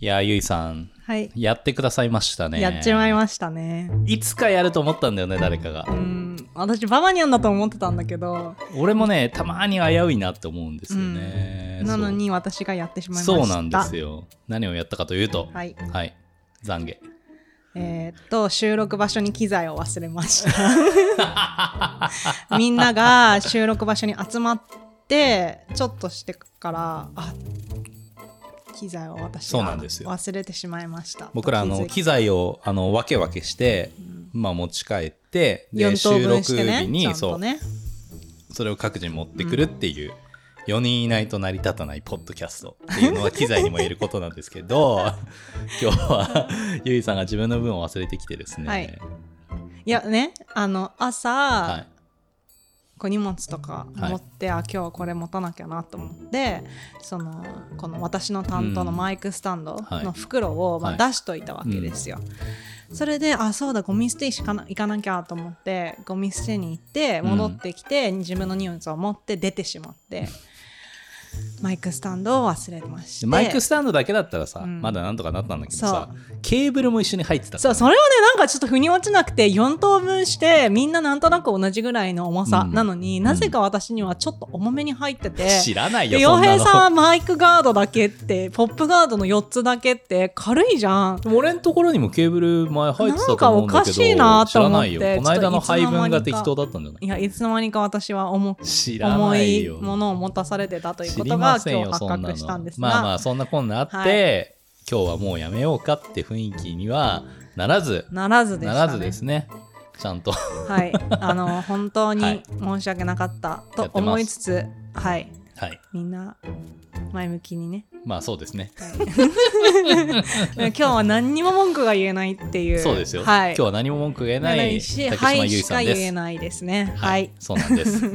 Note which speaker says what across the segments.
Speaker 1: いやー、ゆいさん、
Speaker 2: はい、
Speaker 1: やってくださいましたね。
Speaker 2: やっちまいましたね
Speaker 1: いつかやると思ったんだよね、誰かが
Speaker 2: う。ん私ババニャンだと思ってたんだけど
Speaker 1: 俺もね、たまに危ういなって思うんですよね。
Speaker 2: なのに私がやってしまいました
Speaker 1: そう。そうなんですよ。何をやったかというと、は、
Speaker 2: はいい
Speaker 1: 懺悔。
Speaker 2: えーっと収録場所に機材を忘れました みんなが収録場所に集まってちょっとしてからあ機材を私
Speaker 1: そうな
Speaker 2: が
Speaker 1: んですよ
Speaker 2: 忘れてしまいました
Speaker 1: 僕らあの
Speaker 2: と気づ
Speaker 1: 機
Speaker 2: い
Speaker 1: 材をあの分け分けして、まあ持ち帰って、で
Speaker 2: 4等
Speaker 1: 収
Speaker 2: 分
Speaker 1: 録
Speaker 2: してね
Speaker 1: 日に、
Speaker 2: ちゃん
Speaker 1: そ
Speaker 2: と
Speaker 1: う
Speaker 2: ね
Speaker 1: それを各自持ってくるっていう、4人いないと成り立たないポッドキャストっていうのは機材にも言えることなんですけど 今日はゆいさんが自分の分を忘れてきてですね、
Speaker 2: はいいやねあの朝、
Speaker 1: はい
Speaker 2: こう荷物とか
Speaker 1: はい
Speaker 2: 持って、あ今日はこれ持たなきゃなと思ってそのこの私の担当のマイクスタンド
Speaker 1: はい
Speaker 2: の袋を、
Speaker 1: はい
Speaker 2: まあ、出しといたわけですよ。それであそうだゴミ捨てしかな行かなきゃと思ってゴミ捨てに行って
Speaker 1: うん
Speaker 2: 戻ってきて、自分の荷物を持って出てしまってマイクスタンドを忘れまして
Speaker 1: でマイクスタンドだけだったらさ、
Speaker 2: うん
Speaker 1: まだなんとかなったんだけどさケーブルも一緒に入ってたか
Speaker 2: そ
Speaker 1: ら
Speaker 2: うそれはねなんかちょっと腑に落ちなくて4等分してみんななんとなく同じぐらいの重さなのに、
Speaker 1: うん
Speaker 2: なぜか私にはちょっと重めに入ってて。
Speaker 1: 知らないよ
Speaker 2: で
Speaker 1: そ
Speaker 2: 洋
Speaker 1: んな
Speaker 2: 平
Speaker 1: の
Speaker 2: さんはマイクガードだけってポップガードの4つだけって軽いじゃん。
Speaker 1: でも俺のところにもケーブル前入ってたと思うんだけど
Speaker 2: なんかおかしいな
Speaker 1: 知
Speaker 2: と
Speaker 1: ら
Speaker 2: 思っ
Speaker 1: な
Speaker 2: て
Speaker 1: いよこの間の
Speaker 2: ちょっとい
Speaker 1: 配
Speaker 2: つの間
Speaker 1: 分
Speaker 2: にか
Speaker 1: が適当だったんじゃない
Speaker 2: いやいつの間にか私は重
Speaker 1: 知ら
Speaker 2: 重
Speaker 1: ない
Speaker 2: い
Speaker 1: よ
Speaker 2: ものを持たされてたという
Speaker 1: 知
Speaker 2: こ
Speaker 1: り
Speaker 2: とが
Speaker 1: ません
Speaker 2: 今日
Speaker 1: よ
Speaker 2: 発
Speaker 1: そんな
Speaker 2: 覚
Speaker 1: の
Speaker 2: したんですが
Speaker 1: まあまあそんなこんなあって、
Speaker 2: は
Speaker 1: 今日はもうやめようかって雰囲気にはならず、
Speaker 2: ならずでした、
Speaker 1: な
Speaker 2: ね、
Speaker 1: らずですねちゃんと
Speaker 2: はいあの本当
Speaker 1: は
Speaker 2: に
Speaker 1: い
Speaker 2: 申し訳なかった
Speaker 1: や
Speaker 2: と
Speaker 1: ってます
Speaker 2: 思いつつはい
Speaker 1: はい
Speaker 2: みんな前向きにね、
Speaker 1: まあそうですね
Speaker 2: はい 今日は何にも文句が言えないっていう
Speaker 1: そうですよ、
Speaker 2: はい、
Speaker 1: 今日は何も文句言えな
Speaker 2: 言え
Speaker 1: い
Speaker 2: ないし
Speaker 1: 竹島
Speaker 2: はい
Speaker 1: 優
Speaker 2: し
Speaker 1: さ
Speaker 2: か
Speaker 1: んで
Speaker 2: 言え
Speaker 1: す
Speaker 2: ないですねはい
Speaker 1: そうなんです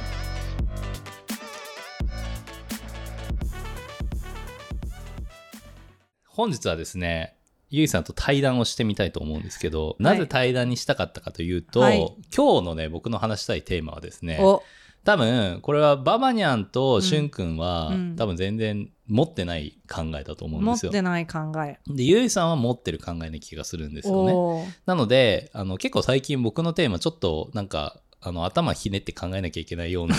Speaker 1: 本日はですねゆいさんと対談をしてみたいと思うんですけど、なぜ対談にしたかったかというと、
Speaker 2: はい
Speaker 1: 今日のね僕の話したいテーマはですね
Speaker 2: お
Speaker 1: 多分これはババニャンとしゅんくんは、
Speaker 2: うんうん
Speaker 1: 多分全然持ってない考えだと思うん
Speaker 2: 持
Speaker 1: で
Speaker 2: っ
Speaker 1: すよ
Speaker 2: て。ない考え
Speaker 1: でゆいさんは持ってる考えな気がするんですよね。
Speaker 2: おー
Speaker 1: なのであの結構最近僕のテーマちょっとなんかあの頭ひねって考えなきゃいけない ような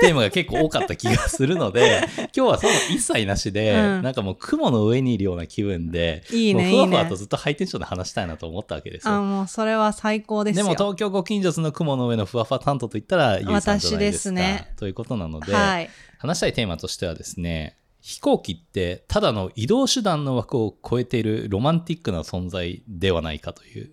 Speaker 1: テーマが結構多かった気がするので今日はそういうの一切なしで、
Speaker 2: うん
Speaker 1: なんかもう雲の上にいるような気分で
Speaker 2: いいね
Speaker 1: もう
Speaker 2: いい
Speaker 1: ふわふわ
Speaker 2: ね
Speaker 1: とずっとハイテンションで話したいなと思ったわけです
Speaker 2: あ
Speaker 1: よ。
Speaker 2: もうそれは最高です
Speaker 1: で
Speaker 2: よ
Speaker 1: も東京ご近所の雲の上のふわふわ担当といったらゆいさんじゃないですか。
Speaker 2: 私ですね
Speaker 1: ということなので、
Speaker 2: はい
Speaker 1: 話したいテーマとしてはですね飛行機ってただの移動手段の枠を超えているロマンティックな存在ではないかという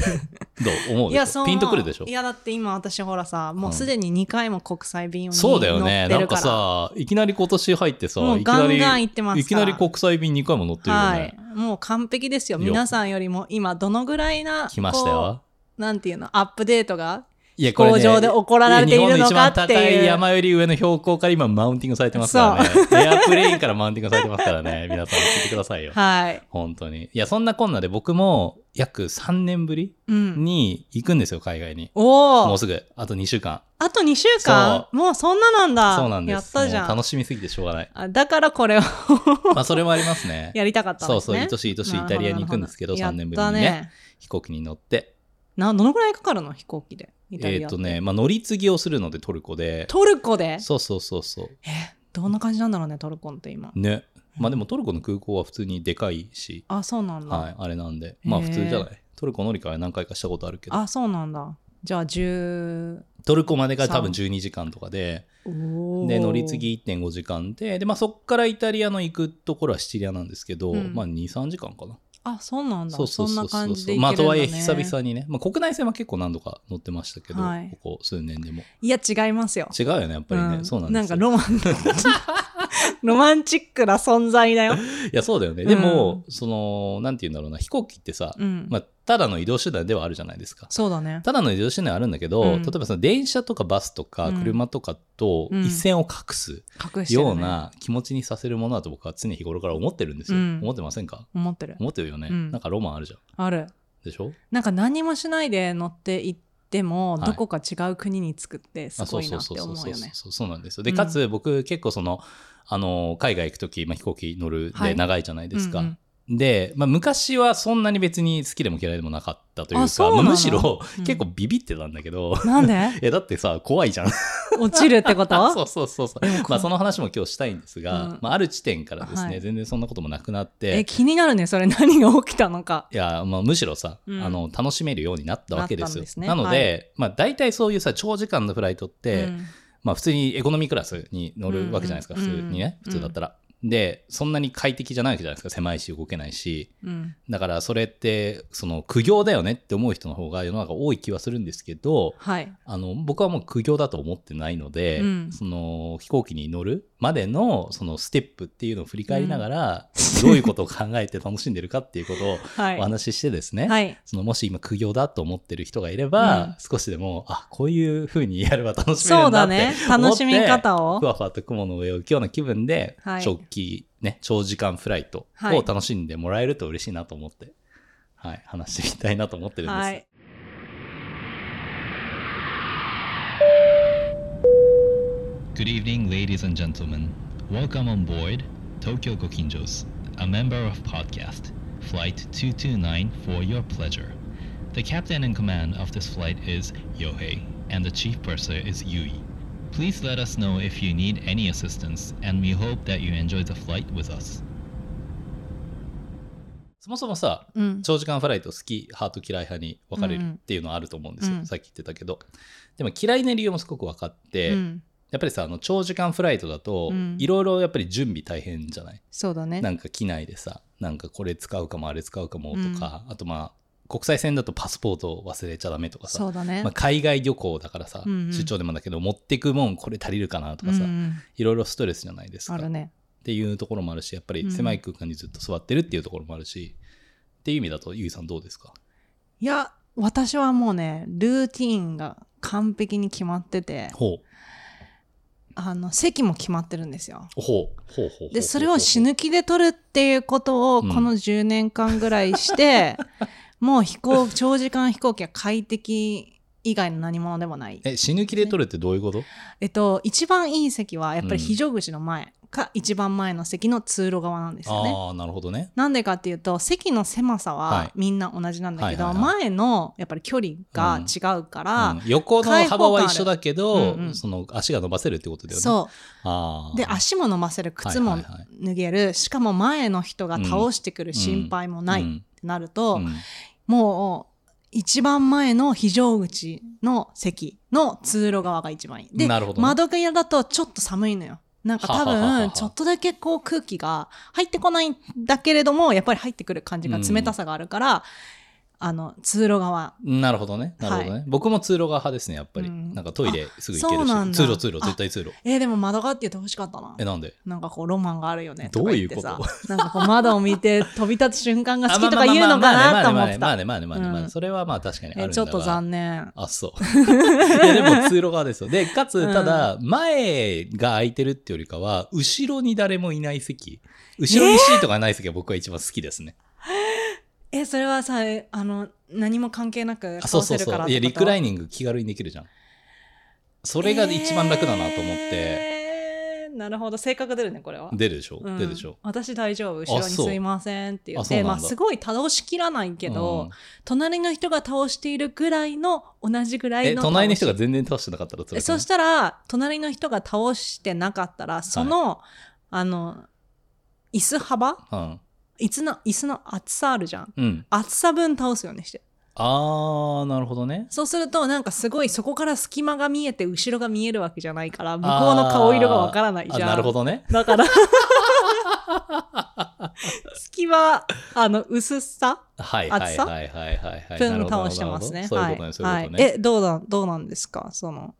Speaker 1: どう思う
Speaker 2: い
Speaker 1: で
Speaker 2: や
Speaker 1: し
Speaker 2: そ
Speaker 1: ょ
Speaker 2: う
Speaker 1: ピンとくるでしょ
Speaker 2: いやだって今私ほらさもうすでに2回も国際便を
Speaker 1: そうだよね
Speaker 2: 乗
Speaker 1: なん
Speaker 2: ってる
Speaker 1: か
Speaker 2: から
Speaker 1: さいきなり今年入ってさ
Speaker 2: もう
Speaker 1: いきなり
Speaker 2: ガンガン行ってますから
Speaker 1: いきなり国際便2回も乗ってるよね、
Speaker 2: はいもう完璧ですよ
Speaker 1: よ
Speaker 2: 皆さんよりも今どのぐらいな
Speaker 1: 来ましたよ
Speaker 2: こうなんていうのアップデートが
Speaker 1: いや
Speaker 2: 飛行場で怒られているのかっていう
Speaker 1: 日本の一番高い山より上の標高から今マウンティングされてますからねエアプレインからマウンティングされてますからね皆さん聞いてくださいよ
Speaker 2: はい
Speaker 1: 本当にいやそんなこんなで僕も約3年ぶり
Speaker 2: うん
Speaker 1: に行くんですよ、海外に。
Speaker 2: お
Speaker 1: も
Speaker 2: お
Speaker 1: うすぐ、あと2週間。
Speaker 2: あと2週間もうそんななんだ
Speaker 1: そうなんです。
Speaker 2: やったじゃ
Speaker 1: も
Speaker 2: ん。
Speaker 1: う楽しみすぎてしょうがない
Speaker 2: あだからこれを
Speaker 1: まあ、それもありますね。
Speaker 2: やりたかったん
Speaker 1: そう
Speaker 2: です
Speaker 1: そう、
Speaker 2: ね
Speaker 1: いとしいとしいイタリアに行くんですけど、
Speaker 2: なる
Speaker 1: 3
Speaker 2: ほど
Speaker 1: 年ぶり
Speaker 2: な
Speaker 1: に
Speaker 2: るほどやった
Speaker 1: ね、
Speaker 2: ね
Speaker 1: 飛行機に乗って。
Speaker 2: などのぐらいかかるの飛行機でイタリア
Speaker 1: えっとね、まあ、乗り継ぎをするので、トルコで。
Speaker 2: トルコで
Speaker 1: そうそうそうそう。
Speaker 2: どんな感じなんだろうねトルコンって今
Speaker 1: ね。まあ、でもトルコの空港は普通にでかいし、
Speaker 2: あそうなんだ、
Speaker 1: はい、あれなんで。まあ、
Speaker 2: へー
Speaker 1: 普通じゃない。トルコ乗り換え何回かしたことあるけど、
Speaker 2: あそうなんだじゃあ10
Speaker 1: トルコまでが多分12時間とかで、で
Speaker 2: で
Speaker 1: 乗り継ぎ1.5時間でで、まあ、そこからイタリアの行くところはシチリアなんですけど、
Speaker 2: うん
Speaker 1: まあ、23時間かな
Speaker 2: あそうなんだ
Speaker 1: そうそうそう
Speaker 2: そんな
Speaker 1: そう
Speaker 2: 感じで
Speaker 1: そう
Speaker 2: いけるんだ、ね
Speaker 1: まあとはいえ久々にね、まあ、国内線は結構何度か乗ってましたけど、
Speaker 2: はい
Speaker 1: ここ数年でも
Speaker 2: いや違いますよ
Speaker 1: 違うよねやっぱりね、
Speaker 2: うん
Speaker 1: そうなんですよ
Speaker 2: なんかロマン ロマンチックな存在だよ。
Speaker 1: いや、そうだよね。でも、その、なんて言うんだろうな、飛行機ってさ、
Speaker 2: うん。
Speaker 1: まあ、ただの移動手段ではあるじゃないですか。
Speaker 2: そうだね。
Speaker 1: ただの移動手段はあるんだけど、
Speaker 2: うん
Speaker 1: 例えばその電車とかバスとか
Speaker 2: うん
Speaker 1: 車とかと
Speaker 2: うん
Speaker 1: 一線を画す
Speaker 2: 隠してる、ね。
Speaker 1: よう。な気持ちにさせるものだと僕は常日頃から思ってるんですよ。
Speaker 2: うん
Speaker 1: 思ってませんか
Speaker 2: 思ってる。
Speaker 1: 思ってるよね、
Speaker 2: うん
Speaker 1: なんかロマンあるじゃん。
Speaker 2: ある。
Speaker 1: でしょ
Speaker 2: なんか何もしないで乗って行っても、
Speaker 1: はい
Speaker 2: どこか違う国に着くってす
Speaker 1: あそ
Speaker 2: ご
Speaker 1: う
Speaker 2: い
Speaker 1: そ
Speaker 2: な
Speaker 1: う
Speaker 2: って
Speaker 1: そうそ
Speaker 2: 思
Speaker 1: う
Speaker 2: うよね。
Speaker 1: そうそうなんですよ。で、
Speaker 2: うん
Speaker 1: かつ僕結構その、あの、海外行くとき、まあ、飛行機乗る
Speaker 2: は
Speaker 1: で
Speaker 2: い
Speaker 1: 長いじゃないですか。
Speaker 2: うんうん
Speaker 1: で、まあ、昔はそんなに別に好きでも嫌いでもなかったという
Speaker 2: あ
Speaker 1: か、
Speaker 2: そう
Speaker 1: ま
Speaker 2: な
Speaker 1: あ、
Speaker 2: の
Speaker 1: むしろ
Speaker 2: うん
Speaker 1: 結構ビビってたんだけど、
Speaker 2: なんで
Speaker 1: え、だってさ、怖いじゃん。
Speaker 2: 落ちるっ てこと
Speaker 1: そうそうそうそう。
Speaker 2: でもこ
Speaker 1: まあ、その話も今日したいんですが、
Speaker 2: うん
Speaker 1: まあ、ある地点からですね、
Speaker 2: はい
Speaker 1: 全然そんなこともなくなっ
Speaker 2: え
Speaker 1: て、
Speaker 2: 気になるねそれ何が起きたのか。
Speaker 1: いや、まあ、むしろさ、
Speaker 2: うん
Speaker 1: あの、楽しめるようになったわけですよ。
Speaker 2: なったんですね
Speaker 1: ので、まあ、大体そういうさ、長時間のフライトって、
Speaker 2: うん
Speaker 1: まあ、普通にエコノミークラスに乗るわけじゃないですか、
Speaker 2: うんうん
Speaker 1: 普通にね、
Speaker 2: うん
Speaker 1: 普通だったら。で、そんなに快適じゃないわけじゃないですか、狭いし、動けないし。
Speaker 2: うん
Speaker 1: だから、それって、その、苦行だよねって思う人の方が世の中多い気はするんですけど、
Speaker 2: はい。
Speaker 1: あの僕はもう苦行だと思ってないので、
Speaker 2: うん
Speaker 1: その飛行機に乗るまでのそのステップっていうのを振り返りなが ら、どういうことを考えて楽しんでるかっていうことを
Speaker 2: はい。
Speaker 1: お話ししてですね、
Speaker 2: はい。
Speaker 1: そのもし今苦行だと思ってる人がいれば、
Speaker 2: うん
Speaker 1: 少しでもあこういうふうにやれば楽しめ
Speaker 2: そ
Speaker 1: る
Speaker 2: うん
Speaker 1: だ
Speaker 2: だ
Speaker 1: って思っ
Speaker 2: ね
Speaker 1: て。
Speaker 2: 楽しみ方を
Speaker 1: ふ。わふわと雲の上を浮くような気分で、
Speaker 2: はい
Speaker 1: 長期ね長時間フライト
Speaker 2: はい
Speaker 1: を楽しんでもらえると嬉しいなと思って、はい、話してみたいなと思ってるんです。
Speaker 2: はい。
Speaker 1: Good evening, ladies and gentlemen. Welcome on board Tokyo Kokinjos, a member of podcast, Flight 229 for your pleasure. The captain in command of this flight is Yohei, and the chief purser is Yui. Please let us know if you need any assistance, and we hope that you enjoy the flight with us. そもそもさ、
Speaker 2: うん。
Speaker 1: 長時間フライト好き派と嫌い派に分かれるっていうのはあると思うんですよ、
Speaker 2: うん
Speaker 1: さっき言ってたけどでも嫌いな理由もすごく分かって、
Speaker 2: うん
Speaker 1: やっぱりさあの長時間フライトだと
Speaker 2: うん
Speaker 1: いろいろやっぱり準備大変じゃない、
Speaker 2: そうだね。
Speaker 1: なんか機内でさなんかこれ使うかもあれ使うかもとか、あとまあ国際線だとパスポートを忘れちゃダメとかさ、
Speaker 2: そうだね。
Speaker 1: まあ、海外旅行だからさ、
Speaker 2: うんうん
Speaker 1: 出張でもだけど持ってくもんこれ足りるかなと
Speaker 2: う
Speaker 1: か
Speaker 2: ん
Speaker 1: さ、
Speaker 2: うん
Speaker 1: いろいろストレスじゃないですか、
Speaker 2: ある
Speaker 1: っ
Speaker 2: ね。
Speaker 1: ていうところもあるしやっぱり狭い空間にずっと座ってるっていうところもあるし、っていう意味だとゆいさんどうですか
Speaker 2: いや、私はもうね、ルーティーンが完璧に決まってて、
Speaker 1: ほ
Speaker 2: あの、席も決まってるんですよ。
Speaker 1: うほうほうほうほう
Speaker 2: で、それを死
Speaker 1: ぬ
Speaker 2: ぬ気で取るっていうことを、
Speaker 1: うん
Speaker 2: この10年間ぐらいして、もう飛行、長時間飛行機は快適以外の何物でもない。
Speaker 1: え死ぬ気で取るってどういうこと、
Speaker 2: えっと、一番いい席は、やっぱり非常口の前か、一番前の席の通路側なんですよね。
Speaker 1: ああなるほどね
Speaker 2: なんでかっていうと席の狭さ
Speaker 1: は
Speaker 2: はいみんな同じなんだけど、
Speaker 1: はいはいはい
Speaker 2: 前のやっぱり距離が違うから、
Speaker 1: うん横の幅は一緒だけ
Speaker 2: 開放
Speaker 1: ど、
Speaker 2: 感あるうんうん
Speaker 1: その足が伸ばせるってことだよね。
Speaker 2: そ
Speaker 1: あー
Speaker 2: うで足も伸ばせる靴も
Speaker 1: はいはいはい
Speaker 2: 脱げる、しかも前の人が倒してくる心配もないっ
Speaker 1: うん
Speaker 2: てなると、
Speaker 1: うん
Speaker 2: もう一番前の非常口の席の通路側が一番いい。で、
Speaker 1: なるほどね
Speaker 2: 窓際だとちょっと寒いのよ。なんか多
Speaker 1: はははは
Speaker 2: 分ちょっとだけこう空気が入ってこないんだけれどもやっぱり入ってくる感じが冷たさがあるから、あの通路側
Speaker 1: なるほどね。なるほどね。僕も通路側派ですね、やっぱり。
Speaker 2: うん
Speaker 1: なんかトイレすぐ行け
Speaker 2: そうなん
Speaker 1: るし。
Speaker 2: だ
Speaker 1: 通路通路、絶対通路。
Speaker 2: えーでも窓側って言ってほしかったな
Speaker 1: え、なんで
Speaker 2: なんかこうロマンがあるよね
Speaker 1: どういうこと
Speaker 2: か言ってさなんかこう窓を見て飛び立つ瞬間が好
Speaker 1: あ
Speaker 2: き
Speaker 1: まあ
Speaker 2: とか言うのかなと思って
Speaker 1: まあ
Speaker 2: た
Speaker 1: ね、まあね、まあね、まあね、まあねまあ
Speaker 2: う
Speaker 1: ね。
Speaker 2: ん
Speaker 1: それはまあ確かにあるんだ
Speaker 2: え
Speaker 1: が
Speaker 2: ちょっと残念
Speaker 1: あ、そう。いや、でも通路側ですよ。で、かつ、
Speaker 2: うん
Speaker 1: ただ、前が空いてるってよりかは、後ろに誰もいない席。後ろにシートがない席が僕は一番好きですね。
Speaker 2: えそれはさえあの何も関係なく
Speaker 1: あそう
Speaker 2: 倒
Speaker 1: そ
Speaker 2: せ
Speaker 1: う
Speaker 2: る
Speaker 1: そ
Speaker 2: からっ
Speaker 1: う。
Speaker 2: て
Speaker 1: いや、
Speaker 2: こと
Speaker 1: リクライニング気軽にできるじゃん。それが一番楽だなと思って。
Speaker 2: えーなるほど性格出るねこれは、
Speaker 1: 出るでしょ、
Speaker 2: うん
Speaker 1: 出るでしょ
Speaker 2: 私大丈夫後ろ
Speaker 1: あ
Speaker 2: に
Speaker 1: そう
Speaker 2: すいませんって言
Speaker 1: あ
Speaker 2: っ
Speaker 1: そうな
Speaker 2: て
Speaker 1: んだ
Speaker 2: まあすごい倒しきらないけど、
Speaker 1: うん
Speaker 2: 隣の人が倒しているぐらいの同じぐらい
Speaker 1: え、
Speaker 2: の
Speaker 1: 隣の人
Speaker 2: が
Speaker 1: が全然倒してなかったら辛くない
Speaker 2: そしたら隣の人が倒してなかったらその、あの椅子幅
Speaker 1: うん。
Speaker 2: 椅子の椅子の厚さあるじゃん
Speaker 1: うん。
Speaker 2: 厚さ分倒すようにして
Speaker 1: あー、なるほどね。
Speaker 2: そうするとなんかすごいそこから隙間が見えて後ろが見えるわけじゃないから向こうの顔色がわからないじゃ
Speaker 1: あーあ
Speaker 2: ん
Speaker 1: なるほどね。
Speaker 2: だから隙間あの薄さ
Speaker 1: はいはいはいはいはいはい。なる
Speaker 2: 分
Speaker 1: ほど
Speaker 2: 倒してますね
Speaker 1: なるほどそういうこ
Speaker 2: はい
Speaker 1: とね、そういう
Speaker 2: は
Speaker 1: こ
Speaker 2: い
Speaker 1: とね。
Speaker 2: えどうだどうなんですかその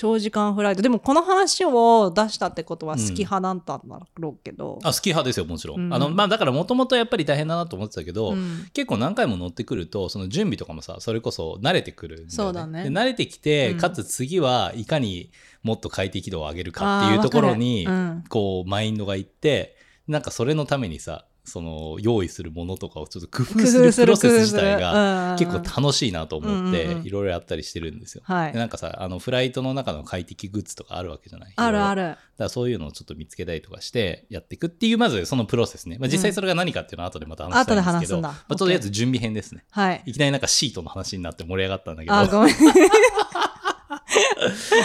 Speaker 2: 長時間フライトでもこの話を出したってことは好き派なんだろうけど、
Speaker 1: あ好き派ですよもちろん、
Speaker 2: うん
Speaker 1: あのまあ、だからもともとやっぱり大変だなと思ってたけど、
Speaker 2: うん
Speaker 1: 結構何回も乗ってくるとその準備とかもさそれこそ慣れてくるんだよね
Speaker 2: そうだね
Speaker 1: で慣れてきて、
Speaker 2: うん
Speaker 1: かつ次はいかにもっと快適度を上げるかっていうところに、
Speaker 2: あーわかるうん
Speaker 1: こうマインドがいってなんかそれのためにさその用意するものとかをちょっと工夫するプロセス自体が
Speaker 2: が
Speaker 1: 結構楽しいなと思って
Speaker 2: うんうんうん
Speaker 1: いろいろやったりしてるんですよ。
Speaker 2: はい
Speaker 1: でなんかさあのフライトの中の快適グッズとかあるわけじゃない
Speaker 2: あるあ
Speaker 1: る
Speaker 2: る
Speaker 1: だからそういうのをちょっと見つけたりとかしてやっていくっていうまずそのプロセスね、まあ、実際それが何かっていうのは後でまた話したいんですけど、
Speaker 2: 後で話すんだ
Speaker 1: まあ、とりあえず準備編ですね
Speaker 2: はい
Speaker 1: いきなりなんかシートの話になって盛り上がったんだけど
Speaker 2: あーご めん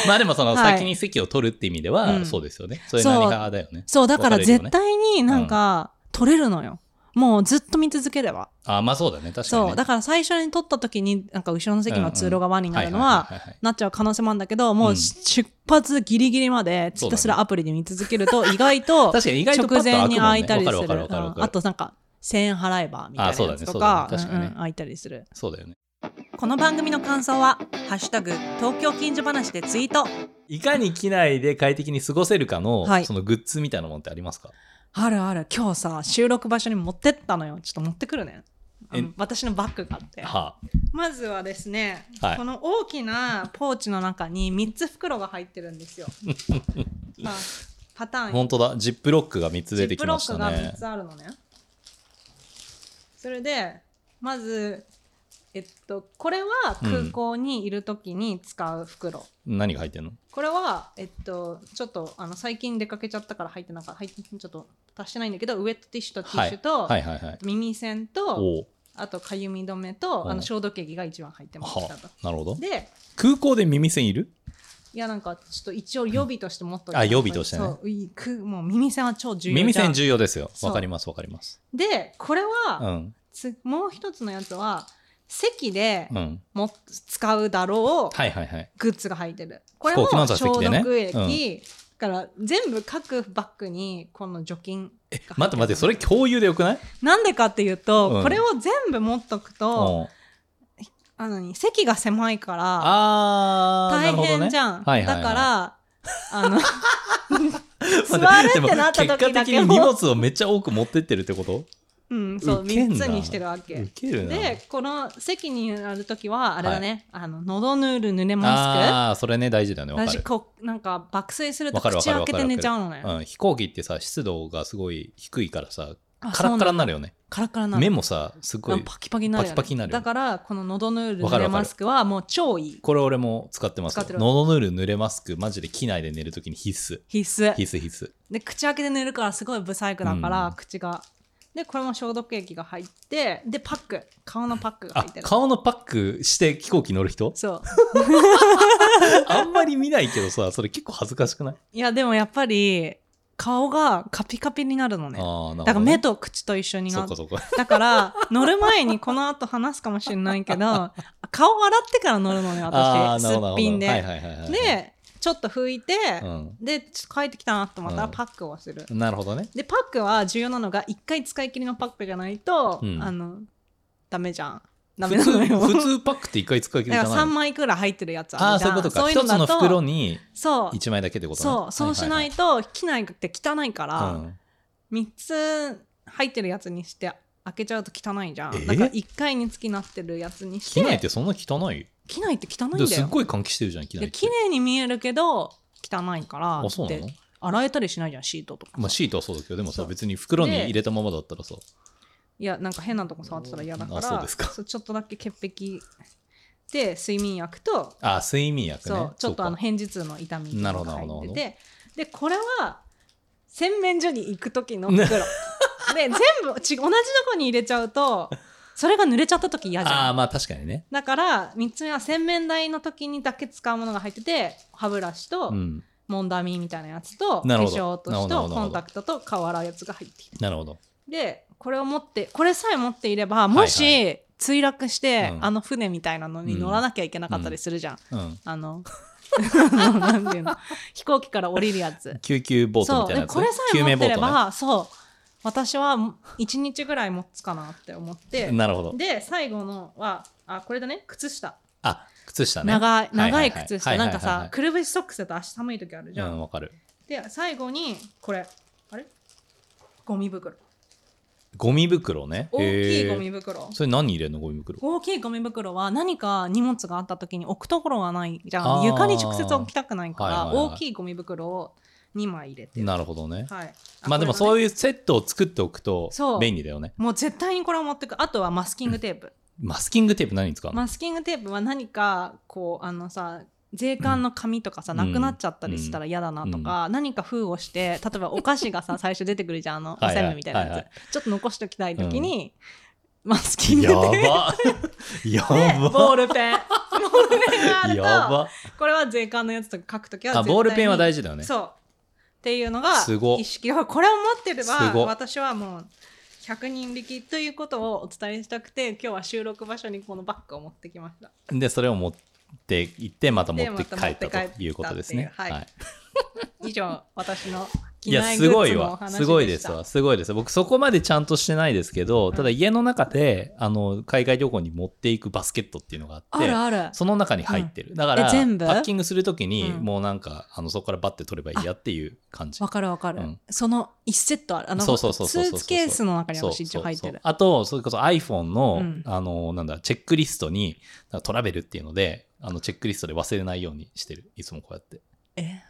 Speaker 1: まあでもその
Speaker 2: はい
Speaker 1: 先に席を取るって意味では、
Speaker 2: うん
Speaker 1: そうですよねそれ何派だよね
Speaker 2: そうだか
Speaker 1: 分
Speaker 2: ら
Speaker 1: かれるよ
Speaker 2: 絶
Speaker 1: ね
Speaker 2: 対になんか取れるのよもうずっと見続ければ
Speaker 1: あまあそうだね確かに、ね、
Speaker 2: そうだから最初に取った時になんか後ろの席の通路が輪になるの
Speaker 1: うんうん
Speaker 2: は
Speaker 1: はいはいはいはい
Speaker 2: なっちゃう可能性もあるんだけども
Speaker 1: うん
Speaker 2: う出発ギリギリまでツイートす
Speaker 1: そうだ
Speaker 2: るアプリで見続ける と意外と
Speaker 1: 確かに意外とパッ
Speaker 2: 直
Speaker 1: と開くも
Speaker 2: 前
Speaker 1: んね
Speaker 2: に開いたりする
Speaker 1: わかるわかるわかる
Speaker 2: うんあとなんか1000円払えばみたい
Speaker 1: あ
Speaker 2: な
Speaker 1: そうだ
Speaker 2: や
Speaker 1: ね
Speaker 2: つと
Speaker 1: そうだ
Speaker 2: か
Speaker 1: ね確かにね
Speaker 2: うんうん開いたりする
Speaker 1: そうだよね
Speaker 2: この番組の感想は「ハッシュタグ東京近所話」でツイート
Speaker 1: いかに機内で快適に過ごせるかの、
Speaker 2: はい
Speaker 1: そのグッズみたいなもんってありますか
Speaker 2: あるある今日さ収録場所に持ってったのよちょっと持ってくるねあの
Speaker 1: え
Speaker 2: 私のバッグがあって
Speaker 1: は
Speaker 2: まずはですね、
Speaker 1: はい
Speaker 2: この大きなポーチの中に3つ袋が入ってるんです よ。まあ、パタ
Speaker 1: あ、
Speaker 2: ーン
Speaker 1: 本当だジップロックが3つ
Speaker 2: ジ
Speaker 1: 出て
Speaker 2: ッ
Speaker 1: き
Speaker 2: プロ
Speaker 1: まし
Speaker 2: ッ
Speaker 1: た
Speaker 2: クが3
Speaker 1: ね
Speaker 2: つあるのね。それでまず、えっと、これは空港にいる時に使う袋。
Speaker 1: 何が入ってんの
Speaker 2: これは、えっと、ちょっとあの最近出かけちゃったから入ってなんか入ってちょっと足してないんだけどウエットティッシュとティッシュと、
Speaker 1: はいはいはいはい
Speaker 2: 耳栓と
Speaker 1: おう
Speaker 2: あとかゆみ止めと、
Speaker 1: うん
Speaker 2: あの消毒液が一番入ってまし
Speaker 1: は
Speaker 2: たと。
Speaker 1: なるほど
Speaker 2: で
Speaker 1: 空港で耳栓いる
Speaker 2: いやなんかちょっと一応予備として持っといた
Speaker 1: あ予備としてね
Speaker 2: そういいくもう耳栓は超重要じゃん
Speaker 1: 耳栓重要ですよ
Speaker 2: そう
Speaker 1: わかりますわかります
Speaker 2: でこれ
Speaker 1: う
Speaker 2: は、
Speaker 1: ん
Speaker 2: つもう一つのやつは席で
Speaker 1: うん
Speaker 2: も、使うだろう
Speaker 1: はいはいはい
Speaker 2: グッズが入ってるこれ
Speaker 1: 飛行
Speaker 2: も
Speaker 1: 機の座
Speaker 2: 消
Speaker 1: 席でね
Speaker 2: 毒液、から全部各バッグにこの除菌
Speaker 1: え待って待ってそれ共有でよくない
Speaker 2: なんでかっていうと、
Speaker 1: うん
Speaker 2: これを全部持っとくと、
Speaker 1: うん
Speaker 2: あのに席が狭いから
Speaker 1: あーな
Speaker 2: 大
Speaker 1: るほどね
Speaker 2: 変じゃん、
Speaker 1: はいはいはい
Speaker 2: だから あの座る
Speaker 1: 待
Speaker 2: ってなった時だけ
Speaker 1: でも結果的に荷物をめっちゃ多く持ってってるってこと
Speaker 2: うんそう
Speaker 1: ウケん
Speaker 2: 3
Speaker 1: な
Speaker 2: つにしてるわけ
Speaker 1: ウケるな
Speaker 2: でこの席にある時はあれだね、あの喉ぬるぬれマ
Speaker 1: ああそれね大事だよね
Speaker 2: スク
Speaker 1: わかる
Speaker 2: 私こうなんか爆睡すると
Speaker 1: わかるわ
Speaker 2: 口
Speaker 1: かる
Speaker 2: 開
Speaker 1: わか
Speaker 2: け
Speaker 1: る
Speaker 2: て寝ちゃうのね、
Speaker 1: うん、飛行機ってさ湿度がすごい低いからさ
Speaker 2: あ
Speaker 1: カラッカラになるよね
Speaker 2: カラッカラなの
Speaker 1: 目もさすごい
Speaker 2: パキパキになるよね
Speaker 1: パキパキになるよ
Speaker 2: だからこの喉ぬる
Speaker 1: わ
Speaker 2: ぬ
Speaker 1: かるわか
Speaker 2: れ
Speaker 1: る
Speaker 2: マスクはもう超いい
Speaker 1: これ俺も使ってます
Speaker 2: 使
Speaker 1: よ
Speaker 2: ってる
Speaker 1: 喉ぬる濡れマスクマジで機内で寝るときに必須
Speaker 2: 必須
Speaker 1: 必須必須
Speaker 2: で口開けて寝るからすごい不細工だから、
Speaker 1: うん
Speaker 2: 口がでこれも消毒液が入ってでパック顔のパックが
Speaker 1: あ
Speaker 2: 入ってる
Speaker 1: 顔のパックして飛行機乗る人
Speaker 2: そう
Speaker 1: あんまり見ないけどさそれ結構恥ずかしくない、
Speaker 2: いやでもやっぱり顔がカピカピになるのね
Speaker 1: ああなるほどね
Speaker 2: だから目と口と一緒に
Speaker 1: そ
Speaker 2: な
Speaker 1: っかそっか
Speaker 2: だから乗る前にこの後話すかもしれないけ ど顔洗ってから乗るのね
Speaker 1: あー
Speaker 2: 私す
Speaker 1: なるほど
Speaker 2: っぴんで、
Speaker 1: はいはいはいはい、
Speaker 2: でちょっと拭いて、
Speaker 1: うん、
Speaker 2: でちょっと帰ってきたなと思ったら
Speaker 1: うん
Speaker 2: パックをする、
Speaker 1: なるほどね
Speaker 2: でパックは重要なのが1回使い切りのパックじゃないと、
Speaker 1: うん
Speaker 2: あのダメじゃんダメ
Speaker 1: 普
Speaker 2: なの
Speaker 1: 通
Speaker 2: よ
Speaker 1: 普通パックって一回使い切りじゃ
Speaker 2: だか
Speaker 1: ない
Speaker 2: ら3枚くらい入ってるやつ
Speaker 1: あ
Speaker 2: あ
Speaker 1: あー
Speaker 2: るじ
Speaker 1: そうい
Speaker 2: ゃん
Speaker 1: うことか
Speaker 2: い
Speaker 1: 一
Speaker 2: の
Speaker 1: つ
Speaker 2: だ
Speaker 1: の
Speaker 2: と
Speaker 1: 袋に
Speaker 2: そう
Speaker 1: 一枚だけってことね
Speaker 2: そうそうしない
Speaker 1: と
Speaker 2: と機内って汚いから、
Speaker 1: うん
Speaker 2: 3つ入ってるやつにして開けちゃうと汚いじゃん、
Speaker 1: えー
Speaker 2: だから1回につきなってるやつにして
Speaker 1: 機内ってそんな汚い
Speaker 2: 機内って汚いんだ
Speaker 1: で
Speaker 2: よ
Speaker 1: すっごい換気してるじゃん機内
Speaker 2: で
Speaker 1: って
Speaker 2: 綺麗に見えるけど汚いから
Speaker 1: あそうな
Speaker 2: っ
Speaker 1: の
Speaker 2: て洗えたりしないじゃんシートとか、
Speaker 1: まあシートはそうだけどでも
Speaker 2: そ
Speaker 1: さ
Speaker 2: う
Speaker 1: 別に袋に
Speaker 2: で
Speaker 1: 入れたままだったらさ
Speaker 2: いやなんか変なとこ触ってたら嫌だから
Speaker 1: あそうですか
Speaker 2: そうちょっとだけ潔癖で睡眠薬と、
Speaker 1: あー睡眠薬ね
Speaker 2: そうちょっとあの
Speaker 1: そうか
Speaker 2: 片頭痛の痛み
Speaker 1: なる
Speaker 2: と
Speaker 1: ほ
Speaker 2: か
Speaker 1: ど
Speaker 2: 入って
Speaker 1: な
Speaker 2: てでこれは洗面所に行く時 の袋で全部ち同じとこに入れちゃうとそれが濡れちゃった時嫌じゃん
Speaker 1: ああまあ確かにね
Speaker 2: だから3つ目は洗面台の時にだけ使うものが入ってて歯ブラシと
Speaker 1: うん
Speaker 2: モンダミンみたいなやつと化
Speaker 1: なるほど
Speaker 2: 粧落とし
Speaker 1: なるほ
Speaker 2: と
Speaker 1: どなるほど
Speaker 2: コンタクトと顔洗うやつが入っている
Speaker 1: なるほど
Speaker 2: でこれを持ってこれさえ持っていればもし、
Speaker 1: はい
Speaker 2: 墜落して、
Speaker 1: うん
Speaker 2: あの船みたいなのに乗らなきゃいけなかったりするじゃん、
Speaker 1: うん
Speaker 2: あの あのなんていうの飛行機から降りるやつ
Speaker 1: 救急ボート
Speaker 2: そ
Speaker 1: み
Speaker 2: う
Speaker 1: たいな
Speaker 2: で
Speaker 1: やつね
Speaker 2: これさ
Speaker 1: 救
Speaker 2: え持
Speaker 1: 命
Speaker 2: っ
Speaker 1: ボ
Speaker 2: て
Speaker 1: ー
Speaker 2: れ
Speaker 1: トね
Speaker 2: ば、そう私は1日ぐらい持つかなって思って
Speaker 1: なるほど
Speaker 2: で最後のはあこれだね靴下
Speaker 1: あ靴下ね
Speaker 2: 長い長い
Speaker 1: はいはいはい
Speaker 2: 靴
Speaker 1: は
Speaker 2: 下
Speaker 1: いは
Speaker 2: ないん
Speaker 1: はい
Speaker 2: かさくるぶしソックスだと足寒い時あるじゃ
Speaker 1: うんんわかる
Speaker 2: で最後にこれあれゴミ袋
Speaker 1: ゴミ袋ね
Speaker 2: 大きいゴミ
Speaker 1: へー
Speaker 2: 袋
Speaker 1: それ何入れんのゴミ袋
Speaker 2: 大きいゴミ袋は何か荷物があった時に置くところがないじゃ
Speaker 1: あ
Speaker 2: ん
Speaker 1: ー
Speaker 2: 床に直接置きたくないから、
Speaker 1: はいはいはい
Speaker 2: 大きいゴミ袋を2枚入れてる
Speaker 1: なるほどね
Speaker 2: はい、
Speaker 1: まあでもそう
Speaker 2: いう
Speaker 1: いうセットを作っておくと
Speaker 2: そう
Speaker 1: 便利だよね
Speaker 2: もう絶対にこれを持ってくあとはマスキングテープ
Speaker 1: マスキングテープ何に使うの、
Speaker 2: マスキングテープは何かこうあのさ税関の紙とかさ、
Speaker 1: うん
Speaker 2: なくなっちゃったりしたら嫌だなとか、何か封をして例えばお菓子が さ最初出てくるじゃんあのお
Speaker 1: はいはい
Speaker 2: せんべいみたいなやつ、
Speaker 1: はいはい
Speaker 2: ちょっと残しときたい時に、マスキング
Speaker 1: や
Speaker 2: テープ
Speaker 1: ばや
Speaker 2: で
Speaker 1: ば
Speaker 2: ボール ペンボールペンがある
Speaker 1: や
Speaker 2: と
Speaker 1: ば
Speaker 2: これは税関のやつとか書くときは
Speaker 1: あボールペンは大
Speaker 2: 事
Speaker 1: 事だよね
Speaker 2: そうっていうのが
Speaker 1: すご
Speaker 2: 意識はこれを持ってれ
Speaker 1: す
Speaker 2: ば
Speaker 1: ご
Speaker 2: 私はもう100人力ということをお伝えしたくて今日は収録場所にこのバッグを持ってきました
Speaker 1: でそれを持って行ってまた持って
Speaker 2: でまた
Speaker 1: 帰
Speaker 2: 持
Speaker 1: っ
Speaker 2: って帰
Speaker 1: た
Speaker 2: った
Speaker 1: ということですね
Speaker 2: っていうはい
Speaker 1: はい
Speaker 2: 以上私
Speaker 1: い
Speaker 2: の機
Speaker 1: や
Speaker 2: 内グ
Speaker 1: すご
Speaker 2: ッ
Speaker 1: い
Speaker 2: ズのお
Speaker 1: わ
Speaker 2: 話
Speaker 1: すごいですわすごいです僕そこまでちゃんとしてないですけどただ家の中であの海外旅行に持っていくバスケットっていうのがあっ
Speaker 2: あ
Speaker 1: て
Speaker 2: るある
Speaker 1: その中に入ってる、だから
Speaker 2: え
Speaker 1: パ
Speaker 2: 全部
Speaker 1: ッキングするときに
Speaker 2: うん
Speaker 1: もうなんかあのそこからバッて取ればいいやっていう感じ
Speaker 2: わかるわかる、
Speaker 1: うん
Speaker 2: その1セットあるあのス
Speaker 1: そうそうそうそうそう
Speaker 2: ーツケースの中に
Speaker 1: そう
Speaker 2: 私一応入って
Speaker 1: そうそう
Speaker 2: る
Speaker 1: あとそれこそ iPhone の、
Speaker 2: うん
Speaker 1: あのなんだチェックリストになんかトラベルっていうのであのチェックリストで忘れないようにしてるいつもこうやって
Speaker 2: え
Speaker 1: え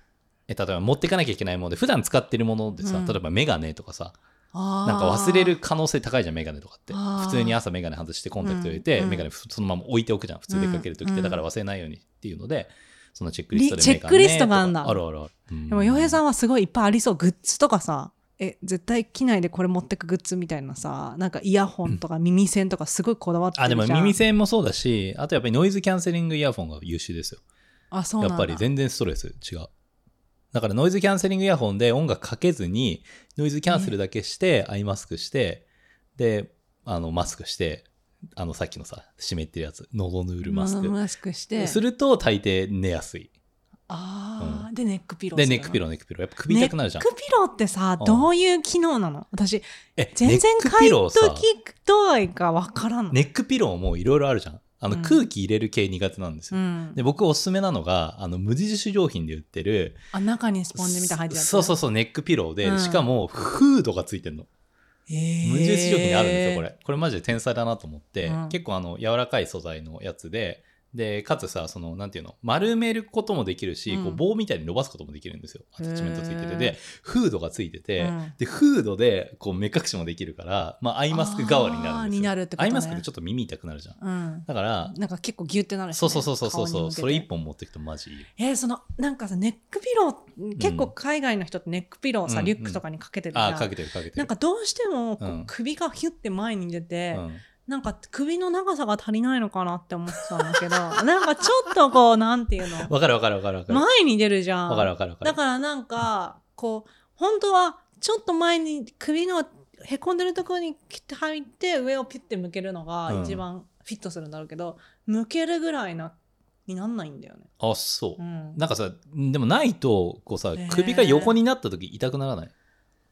Speaker 1: 例えば持っていかなきゃいけないもので普段使ってるものでさ、
Speaker 2: うん
Speaker 1: 例えばメガネとかさ
Speaker 2: あー
Speaker 1: なんか忘れる可能性高いじゃんメガネとかって
Speaker 2: あー
Speaker 1: 普通に朝メガネ外してコンタクト入れ
Speaker 2: うん
Speaker 1: て
Speaker 2: うん
Speaker 1: メガネそのまま置いておくじゃん普通出かける時っ
Speaker 2: うんう
Speaker 1: て
Speaker 2: ん
Speaker 1: だから忘れないようにっていうのでそのチェックリストで
Speaker 2: チェックリストがあんだ
Speaker 1: メガネとかあるあるある、うん
Speaker 2: でも洋平さんはすごいいっぱいありそうグッズとかさえ絶対機内でこれ持ってくグッズみたいなさなんかイヤホンとか耳栓とかすごいこだわってる
Speaker 1: あ
Speaker 2: じ
Speaker 1: で
Speaker 2: ゃん
Speaker 1: も耳栓もそうだしあとやっぱりノイズキャンセリングイヤホンが優秀ですよ
Speaker 2: あそうなん
Speaker 1: や
Speaker 2: だ
Speaker 1: っぱり全然ストレス違う。だからノイズキャンセリングイヤホンで音楽かけずに、ノイズキャンセルだけして、アイマスクして、で、あの、マスクして、あの、さっきのさ、湿ってるやつ、喉ヌールマスク。
Speaker 2: マスクして
Speaker 1: すると大抵寝やすい。
Speaker 2: あー、でネックピロー
Speaker 1: で、
Speaker 2: す
Speaker 1: ネ
Speaker 2: る
Speaker 1: ッ
Speaker 2: の
Speaker 1: クピロー、ネックピロー。やっぱ首痛くなるじゃん
Speaker 2: ネ。ックピローってさ
Speaker 1: うん
Speaker 2: どういう機能なの私
Speaker 1: え、
Speaker 2: 全然
Speaker 1: ネック
Speaker 2: 買
Speaker 1: ピ
Speaker 2: い
Speaker 1: ロー
Speaker 2: 時
Speaker 1: さ、
Speaker 2: どうかわからない、
Speaker 1: ネックピローもいろいろあるじゃん。あの、
Speaker 2: うん
Speaker 1: 空気入れる系苦手なんです
Speaker 2: う
Speaker 1: よ。
Speaker 2: ん
Speaker 1: で、、僕おすすめなのが、あの、無印良品で売ってる、
Speaker 2: あ中にスポンジみたいなの入ってるやつ
Speaker 1: そうそうそう、ネックピローで、
Speaker 2: うん
Speaker 1: しかも、フードがついてるの。
Speaker 2: えー
Speaker 1: 無印良品にあるんですよこれこれマジで天才だなと思って、
Speaker 2: うん
Speaker 1: 結構あの柔らかい素材のやつででかつさそのなんていうの丸めることもできるし、
Speaker 2: うん
Speaker 1: こう棒みたいに伸ばすこともできるんですよアタッチメントついて
Speaker 2: へ
Speaker 1: て
Speaker 2: ー
Speaker 1: でフードがついてて、
Speaker 2: うん
Speaker 1: でフードでこう目隠しもできるから、まあ、アイマスク代わりになるんです
Speaker 2: あーに
Speaker 1: よ
Speaker 2: なるってこと
Speaker 1: ア
Speaker 2: ね
Speaker 1: イマスクってちょっと耳痛くなるじゃん
Speaker 2: うん
Speaker 1: だから
Speaker 2: なんか結構ギュってなるしね、
Speaker 1: そうそうそうそうそうそうそ
Speaker 2: 顔
Speaker 1: れ
Speaker 2: に向けて
Speaker 1: 一本持っていくとマジいいよ
Speaker 2: えーそのなんかさネックピロー結構海外の人ってネックピロー
Speaker 1: う
Speaker 2: さ、
Speaker 1: ん
Speaker 2: リュックとかにかけてるじゃ
Speaker 1: あ
Speaker 2: ん、
Speaker 1: ーかけてるかけてる
Speaker 2: なんかどうしてもこう
Speaker 1: うん
Speaker 2: 首がヒュッて前に出て、
Speaker 1: うん
Speaker 2: なんか首の長さが足りないのかなって思ってたんだけど なんかちょっとこうなんていうの
Speaker 1: わかるわかるわかるわかる
Speaker 2: 前に出るじゃん
Speaker 1: わかるわかるわかる
Speaker 2: だからなんかこう本当はちょっと前に首のへこんでるところに切って入って上をピュッて向けるのが一番フィットするんだろうけど、向けるぐらいなになんないんだよね。
Speaker 1: あそう
Speaker 2: う、ん、
Speaker 1: なんかさでもないとこうさ
Speaker 2: ね
Speaker 1: 首が横になった時痛くならない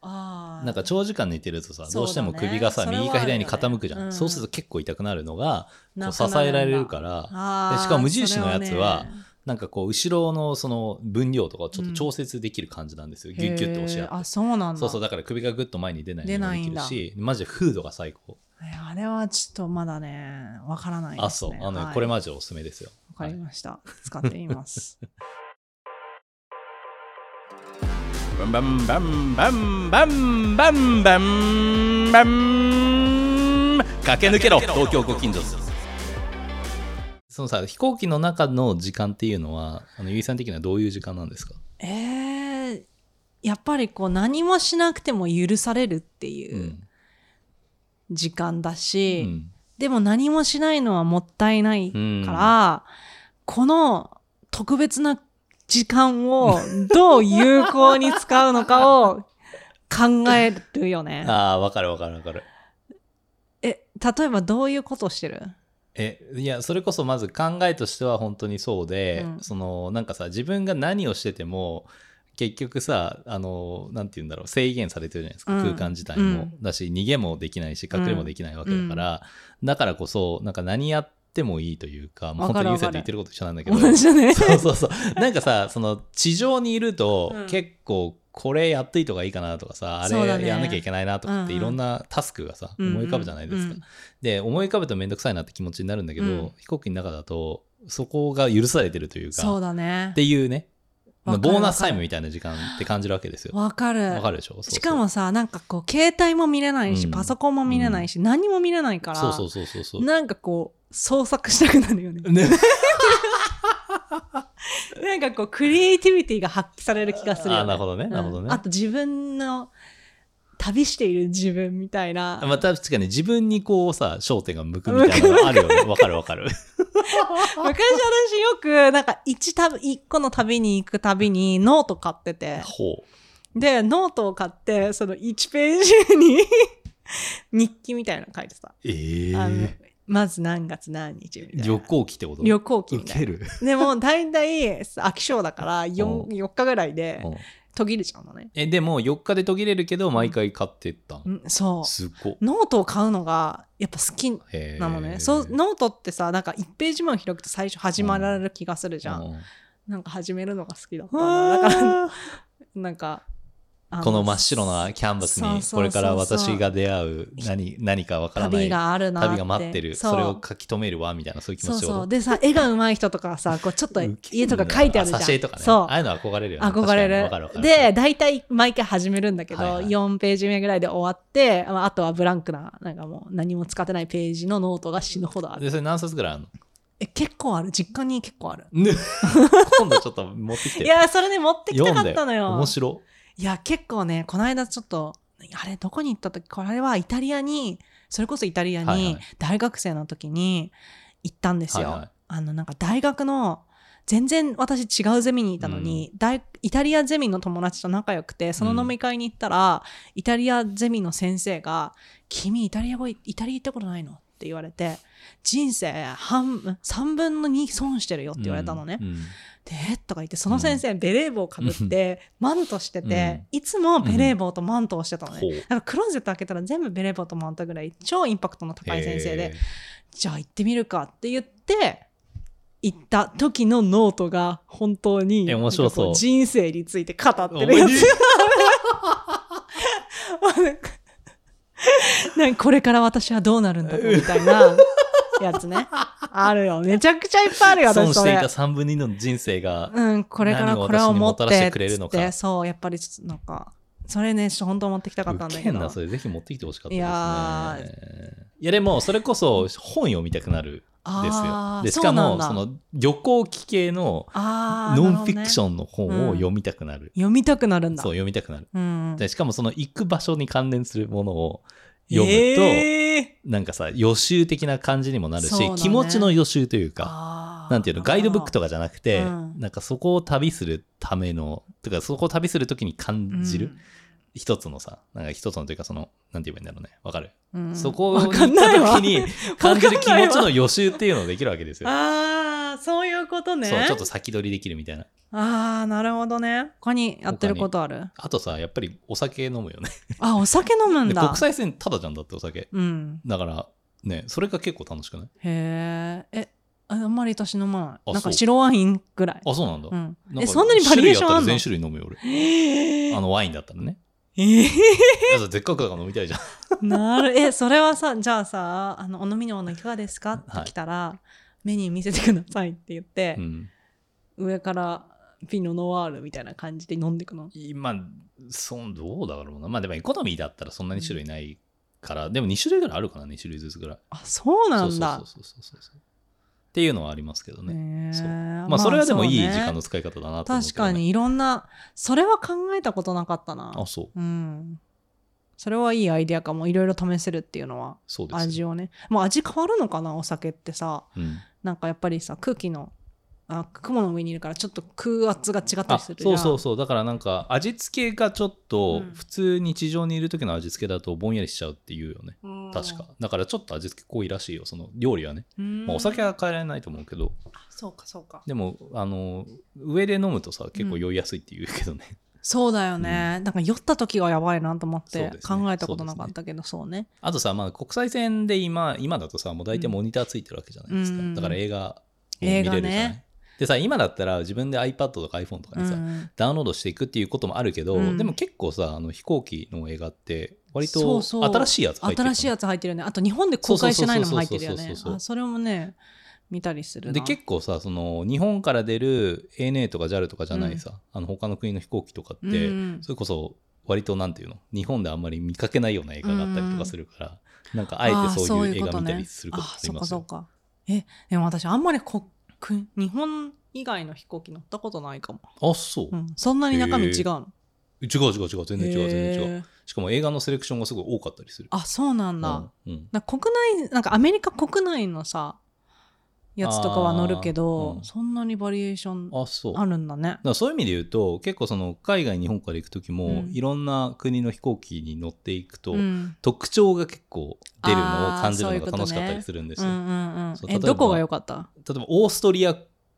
Speaker 2: あー
Speaker 1: なんか長時間寝てるとさ、
Speaker 2: そうだね
Speaker 1: どうしても首がさ、
Speaker 2: それは
Speaker 1: 右か左に傾くじゃん、
Speaker 2: あるよねうん
Speaker 1: そうすると結構痛くなるのがこ
Speaker 2: な
Speaker 1: う
Speaker 2: く
Speaker 1: 支
Speaker 2: なるんだ
Speaker 1: えられるから
Speaker 2: あー
Speaker 1: でしかも無印のやつは
Speaker 2: それね
Speaker 1: なんかこう後ろのその分量とかをちょっと調節できる感じなんですよ、ギュッギュッと押し
Speaker 2: へー
Speaker 1: 合っ
Speaker 2: あそうなん
Speaker 1: て
Speaker 2: だ
Speaker 1: そうそうだから首がぐっと前に出ないよう
Speaker 2: 出
Speaker 1: にも
Speaker 2: な
Speaker 1: で
Speaker 2: い
Speaker 1: き
Speaker 2: ん
Speaker 1: る
Speaker 2: だ
Speaker 1: しマジでフードが最高、
Speaker 2: えあれはちょっとまだねわからないです、ね、
Speaker 1: あそうあのね、
Speaker 2: はい
Speaker 1: これマジでおすすめですよ
Speaker 2: わかりました、使ってみます
Speaker 3: Bam bam bam bam bam bam bam bam.
Speaker 1: 駆け抜けろ東京ご近所そのさ飛行機の中の時間っていうのはあのゆいさん的にはどういう時間なんですか、
Speaker 2: えー、やっぱりこう何もしなくても許されるって
Speaker 1: う
Speaker 2: いうん時間だ
Speaker 1: う
Speaker 2: し、
Speaker 1: ん。
Speaker 2: でも何もしないのはもったいないから、この特別な時間をどう有効に使うのかを考えるよね
Speaker 1: ああわかるわかるわかる
Speaker 2: え、例えばどういうことしてる
Speaker 1: えいやそれこそまず考えとしては本当にそうで、
Speaker 2: うん
Speaker 1: そのなんかさ自分が何をしてても結局さあのなんて言うんだろう制限されてるじゃないですか、
Speaker 2: うん
Speaker 1: 空間自体も、
Speaker 2: うん
Speaker 1: だし逃げもできないし隠れもできないわけだから、だからこそなんか何やってもいいというか、もう
Speaker 2: わ
Speaker 1: 本
Speaker 2: か
Speaker 1: 当
Speaker 2: る
Speaker 1: にユーさんと言ってること一緒なんだけど、
Speaker 2: 同じだね。
Speaker 1: そうそうそう。なんかさ、その地上にいると、
Speaker 2: うん
Speaker 1: 結構これやっといた方がいいかなとかさ、あ
Speaker 2: そうだ
Speaker 1: れ
Speaker 2: ね
Speaker 1: やんなきゃいけないなとかって、
Speaker 2: うんうん
Speaker 1: いろんなタスクがさ、思い浮かぶじゃないですか。
Speaker 2: うんうん
Speaker 1: で、思い浮かぶとめんどくさいなって気持ちになるんだけど、
Speaker 2: うん
Speaker 1: 飛行機の中だと、そこが許されてるというか、
Speaker 2: そうだね
Speaker 1: っ。ていうね、
Speaker 2: わかる
Speaker 1: ボーナスタイムみたいな時間って感じるわけですよ。
Speaker 2: わかる。
Speaker 1: わかるでしょそうそう
Speaker 2: しかもさ、なんかこう、携帯も見れないし、
Speaker 1: うん
Speaker 2: パソコンも見れないし、何も見れないから、
Speaker 1: そうそうそうそうそう。
Speaker 2: なんかこう、創作したくなるよ ね。
Speaker 1: ね、
Speaker 2: なんかこう、クリエイティビティが発揮される気がするよ、ね。
Speaker 1: あなるほどねなるほどね
Speaker 2: うんあと自分の、旅している自分みたいな。
Speaker 1: まあ確かに自分にこうさ、焦点が向くみたいなのがあるよ ね。わかるわかる。
Speaker 2: 昔私よく、なんか一旅、一個の旅に行く旅にノート買ってて、
Speaker 1: ほ
Speaker 2: で、ノートを買って、その1ページに 日記みたいなの書いてた。
Speaker 1: う。ええ
Speaker 2: あのまず何月何日みたいな。
Speaker 1: 旅行機ってこと
Speaker 2: 旅行記み
Speaker 1: 受
Speaker 2: たい
Speaker 1: け
Speaker 2: な。
Speaker 1: る。
Speaker 2: でも大体飽き性だから
Speaker 1: う
Speaker 2: 4,
Speaker 1: ん
Speaker 2: 4日ぐらいで
Speaker 1: うん
Speaker 2: 途切れちゃうのね。
Speaker 1: え、でも4日で途切れるけど、毎回買ってったん。
Speaker 2: うんそ
Speaker 1: すごっ
Speaker 2: う。ノートを買うのがやっぱ好き
Speaker 1: へー
Speaker 2: なのね。そうノートってさなんか1ページ目を開くと最初始まられる気がするじゃん。
Speaker 1: うん
Speaker 2: なんか始めるのが好きだったんだだからなんかあ
Speaker 1: この真っ白なキャンバス
Speaker 2: そうそ
Speaker 1: に
Speaker 2: うそうそう
Speaker 1: これから私が出会う何何かわからない
Speaker 2: 旅があるなって
Speaker 1: 旅が待ってるそ
Speaker 2: そう
Speaker 1: れを書き留めるわみたいなそういう気
Speaker 2: そ
Speaker 1: 持
Speaker 2: う
Speaker 1: ち
Speaker 2: そう
Speaker 1: を
Speaker 2: でさ絵が上手い人とかさこうちょっと
Speaker 1: ウケ
Speaker 2: 家
Speaker 1: るな
Speaker 2: とか書いてあるじゃん
Speaker 1: 挿絵とかね
Speaker 2: そう
Speaker 1: ああいうの憧れるよね
Speaker 2: 憧れ
Speaker 1: 確かにわかるわかる
Speaker 2: る。で、大体毎回始めるんだけど、
Speaker 1: はいはい
Speaker 2: 4ページ目ぐらいで終わって、まああとはブランクな、なんかもう何も使ってないページのノートが死ぬほどある。
Speaker 1: でそれ何冊ぐ らいあるの
Speaker 2: え、結構ある。実家に結構ある。
Speaker 1: ね今度ちょっと持ってきて
Speaker 2: いや、それね、持ってき
Speaker 1: 読
Speaker 2: た
Speaker 1: ん
Speaker 2: か
Speaker 1: で
Speaker 2: ったのよ。
Speaker 1: 面白
Speaker 2: いや、結構ね、この間ちょっと、あれ、どこに行った時これはイタリアに、それこそイタリア
Speaker 1: はいはい
Speaker 2: に、大学生の時に行ったんですよ。
Speaker 1: はいはい
Speaker 2: あの、なんか大学の、全然私違うゼミにいたのに、大イタリアゼミの友達と仲良くて、その飲み会に行ったら、イタリアゼミの先生が、君イタリア語、イタリア行ったことないのって言われて、人生半、3分の2損してるよって言われたのね。
Speaker 1: うんうん
Speaker 2: でとか言ってその先生ベレー帽かぶって、マントしてて、いつもベレー帽とマントをしてたのね、
Speaker 1: ほう
Speaker 2: だからクローゼット開けたら全部ベレー帽とマントぐらい超インパクトの高い先生で
Speaker 1: へ
Speaker 2: じゃあ行ってみるかって言って行った時のノートが本当に
Speaker 1: え面白そう
Speaker 2: なんかこ人生について語
Speaker 1: ー
Speaker 2: ってるやつなんか なんかこれから私はどうなるんだろうみたいなやつねあるよめちゃくちゃいっぱいあるよ
Speaker 1: 損
Speaker 2: 私
Speaker 1: し
Speaker 2: そ
Speaker 1: てい
Speaker 2: れ
Speaker 1: た3分の2の人生が
Speaker 2: うん、これから
Speaker 1: 何を
Speaker 2: これを持って
Speaker 1: 私にもたらしてくれるのか
Speaker 2: っつってそうやっぱりちょっとなんかそれねちょっと本当は持ってきたかったんだ
Speaker 1: ウ
Speaker 2: け
Speaker 1: ケ
Speaker 2: ど
Speaker 1: んなそれぜひ持ってきてほしかった
Speaker 2: いや
Speaker 1: ですねいやでもそれこそ本読みたくなるですよ
Speaker 2: あー
Speaker 1: でしか
Speaker 2: そうなん
Speaker 1: も
Speaker 2: だ
Speaker 1: その旅行記系の
Speaker 2: あー
Speaker 1: ノンフィクシ
Speaker 2: なるほ
Speaker 1: ョン
Speaker 2: どね
Speaker 1: の本を読みたくなる
Speaker 2: 読みたくなるんだ
Speaker 1: そう読みたくなる
Speaker 2: うん、
Speaker 1: でしかもその行く場所に関連するものを読むと、
Speaker 2: え
Speaker 1: なんかさ予習的な感じにもなるし、
Speaker 2: そうだね
Speaker 1: 気持ちの予習というか
Speaker 2: ー、
Speaker 1: なんていうのガイドブックと
Speaker 2: か
Speaker 1: かじゃなくて、
Speaker 2: うん
Speaker 1: なんかそこを旅するためのとかそこを旅する時に感じる、一つのさなんか一つのというかそのなんて言えばいいんだろうねわかる、
Speaker 2: うんうん
Speaker 1: そこに
Speaker 2: わ
Speaker 1: 行っ
Speaker 2: かんないわ
Speaker 1: た時に 感じる気持ちの予習っていうのができるわけですよ。
Speaker 2: ああそういうことね
Speaker 1: そうちょっと先取りできるみたいな
Speaker 2: ああなるほどね他にやってることある
Speaker 1: あとさやっぱりお酒飲むよね
Speaker 2: あお酒飲むん
Speaker 1: で
Speaker 2: だ
Speaker 1: 国際線ただじゃんだってお酒
Speaker 2: うん
Speaker 1: だからねそれが結構楽しくない
Speaker 2: へーえあんまり私飲まな
Speaker 1: あ
Speaker 2: いなん
Speaker 1: そう
Speaker 2: か白ワインぐらい
Speaker 1: あそうなんだ、
Speaker 2: うん、
Speaker 1: か
Speaker 2: えそんなにバリエーションあん
Speaker 1: 種類
Speaker 2: の
Speaker 1: やったら全種類飲むよ俺
Speaker 2: え
Speaker 1: あのワインだったらね
Speaker 2: え
Speaker 1: いやそれせっかくだから飲みたいじゃん
Speaker 2: なるえそれはさじゃあさあの「お飲み物いかがですか?」って来たら、メニュー見せてください」って言って
Speaker 1: う、ん
Speaker 2: 上からピノノワールみたいな感じで飲んでいくの
Speaker 1: 今そんどうだろうなまあでもエコノミーだったらそんなに種類ないから、でも2種類ぐらいあるかな2種類ずつぐらい
Speaker 2: あそうな
Speaker 1: そうん
Speaker 2: だ
Speaker 1: そうそうそうそうそうっていうのはありますけどね、
Speaker 2: ね
Speaker 1: そう
Speaker 2: ま
Speaker 1: まあそれはでもいい時間
Speaker 2: そうね
Speaker 1: の使い方だなと思うけ
Speaker 2: 確
Speaker 1: どね、
Speaker 2: かにいろんなそれは考えたことなかったな
Speaker 1: あそう
Speaker 2: うんそれはいいアイデアかもいろいろ試せるっていうのは
Speaker 1: そうです
Speaker 2: 味をねもう味変わるのかなお酒ってさ
Speaker 1: うん、
Speaker 2: なんかやっぱりさ空気のあ雲の上にいるからちょっと空圧が違った
Speaker 1: あ
Speaker 2: りす
Speaker 1: そ
Speaker 2: るじゃん
Speaker 1: うそうそうだからなんか味付けがちょっと
Speaker 2: うん
Speaker 1: 普通に地上にいる時の味付けだとぼんやりしちゃうっていうよね確かだからちょっと味付け濃いらしいよその料理はね、
Speaker 2: うん。
Speaker 1: まあ、お酒は変えられないと思うけど
Speaker 2: そうかそうか。
Speaker 1: でもあの上で飲むとさ結構酔いやすいって言うけどね、
Speaker 2: そうだよね、なんか酔った時がやばいなと思っ
Speaker 1: そう
Speaker 2: て
Speaker 1: ですね
Speaker 2: 考えたことなかったけどそうね
Speaker 1: あとさ、まあ、国際線で今今だとさもう大体モニターついてるわけじゃないですか、
Speaker 2: うん
Speaker 1: だから映画も見れる
Speaker 2: 映
Speaker 1: じゃな
Speaker 2: 画
Speaker 1: い、
Speaker 2: ね
Speaker 1: でさ今だったら自分で iPad とか iPhone とかにさ、
Speaker 2: うん
Speaker 1: ダウンロードしていくっていうこともあるけど、
Speaker 2: うん
Speaker 1: でも結構さあの飛行機の映画って割
Speaker 2: そ
Speaker 1: と
Speaker 2: うそう
Speaker 1: 新しいやつ入ってる
Speaker 2: 新しいやつ入ってるよねあと日本で公開してないのも入ってるよ
Speaker 1: そうそう
Speaker 2: ね
Speaker 1: そうそうそうそう
Speaker 2: あそれもね見たりするな
Speaker 1: で結構さその日本から出る ANA とか JAL とかじゃないさ、あの他の国の飛行機とかって、
Speaker 2: うんうん
Speaker 1: それこそ割となんていうの日本であんまり見かけないような映画があったりとかするから、なんかあえてそういう映画見たりすること
Speaker 2: あ
Speaker 1: あ
Speaker 2: そ
Speaker 1: り
Speaker 2: ういう
Speaker 1: ます
Speaker 2: こと
Speaker 1: よ
Speaker 2: ねあそうかそうかえでも私あんまりこく日本以外の飛行機乗ったことないかも、
Speaker 1: あそう、
Speaker 2: うん、そんなに中身違うの
Speaker 1: 違う違う違う全然違う全然違う
Speaker 2: う
Speaker 1: しかも映画のセレクションがすごい多かったりする
Speaker 2: あそうなんだ、
Speaker 1: うんうん
Speaker 2: なんか国内なんかアメリカ国内のさやつとかは乗るけ
Speaker 1: あ
Speaker 2: ど
Speaker 1: ー、うん
Speaker 2: そんなにバリエーション
Speaker 1: あそう
Speaker 2: あるんだね
Speaker 1: だからそういう意味で言うと結構その海外日本から行く時も、
Speaker 2: うん
Speaker 1: いろんな国の飛行機に乗っていくと、
Speaker 2: うん
Speaker 1: 特徴が結構出るのを感じる
Speaker 2: あーそうい
Speaker 1: の
Speaker 2: う
Speaker 1: が
Speaker 2: ことね
Speaker 1: 楽しかったりするんです
Speaker 2: う
Speaker 1: よ、
Speaker 2: んうんうん
Speaker 1: そう例え
Speaker 2: え
Speaker 1: ば
Speaker 2: どこが良かった
Speaker 1: 例えばオーストリア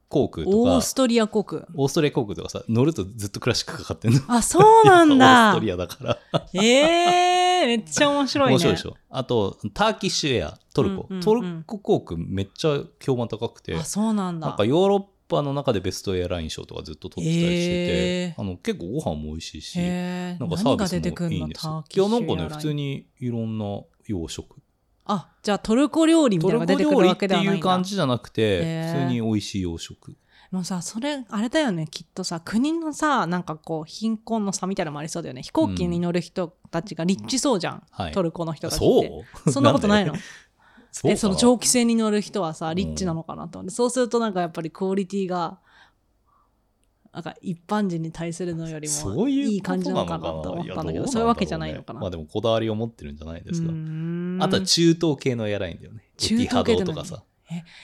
Speaker 1: 航空とか
Speaker 2: オ
Speaker 1: オ
Speaker 2: ー
Speaker 1: ー
Speaker 2: ストリア 航空
Speaker 1: ストリア航空とかさ乗るとずっとクラシックかかってんの
Speaker 2: あそうなん
Speaker 1: オース
Speaker 2: だ
Speaker 1: トリアだから
Speaker 2: えー、めっちゃ面白いね
Speaker 1: 面白いでしょあとターキッシュエアトルコ、
Speaker 2: うんうんうん
Speaker 1: トルコ航空めっちゃ評判高くて
Speaker 2: あそうなんだ
Speaker 1: なんかヨーロッパの中でベストエアライン賞とかずっと取ってたりしてて、
Speaker 2: へー
Speaker 1: あの結構ご飯も美味しいし、
Speaker 2: へー
Speaker 1: なんかサービス
Speaker 2: 何が出てく
Speaker 1: も
Speaker 2: ん
Speaker 1: いい
Speaker 2: の
Speaker 1: んです
Speaker 2: タ
Speaker 1: よ
Speaker 2: ー。
Speaker 1: い
Speaker 2: キッ
Speaker 1: や
Speaker 2: シ
Speaker 1: な
Speaker 2: ュ
Speaker 1: んかね普通
Speaker 2: に
Speaker 1: にいろんな洋食
Speaker 2: あじゃあトルコ料理みた
Speaker 1: ト
Speaker 2: いな
Speaker 1: ル
Speaker 2: の
Speaker 1: コ
Speaker 2: が出てく
Speaker 1: 料
Speaker 2: る
Speaker 1: 理
Speaker 2: わ
Speaker 1: って
Speaker 2: けではないんだ
Speaker 1: いう感じじゃなくて
Speaker 2: へー
Speaker 1: 普通に美味しい洋食
Speaker 2: もうさそれあれだよねきっとさ国のさなんかこう貧困の差みたいなのもありそうだよね飛行機に乗る人たちがリッチそうじゃん、
Speaker 1: はい
Speaker 2: トルコの人たちって
Speaker 1: そう
Speaker 2: そんなことないの
Speaker 1: そう
Speaker 2: えその長期戦に乗る人はさリッチなのかなと思って、そうするとなんかやっぱりクオリティがなんか一般人に対するのより
Speaker 1: そ
Speaker 2: も
Speaker 1: ういう
Speaker 2: いい感じなのかなと思ったんだけどそういうわけじゃないのかな、
Speaker 1: まあでもこだわりを持ってるんじゃないですか
Speaker 2: うーん
Speaker 1: あとは中東系のエアラインだよねエテ
Speaker 2: 中
Speaker 1: ィハ
Speaker 2: 東系
Speaker 1: ド
Speaker 2: って何
Speaker 1: とかさ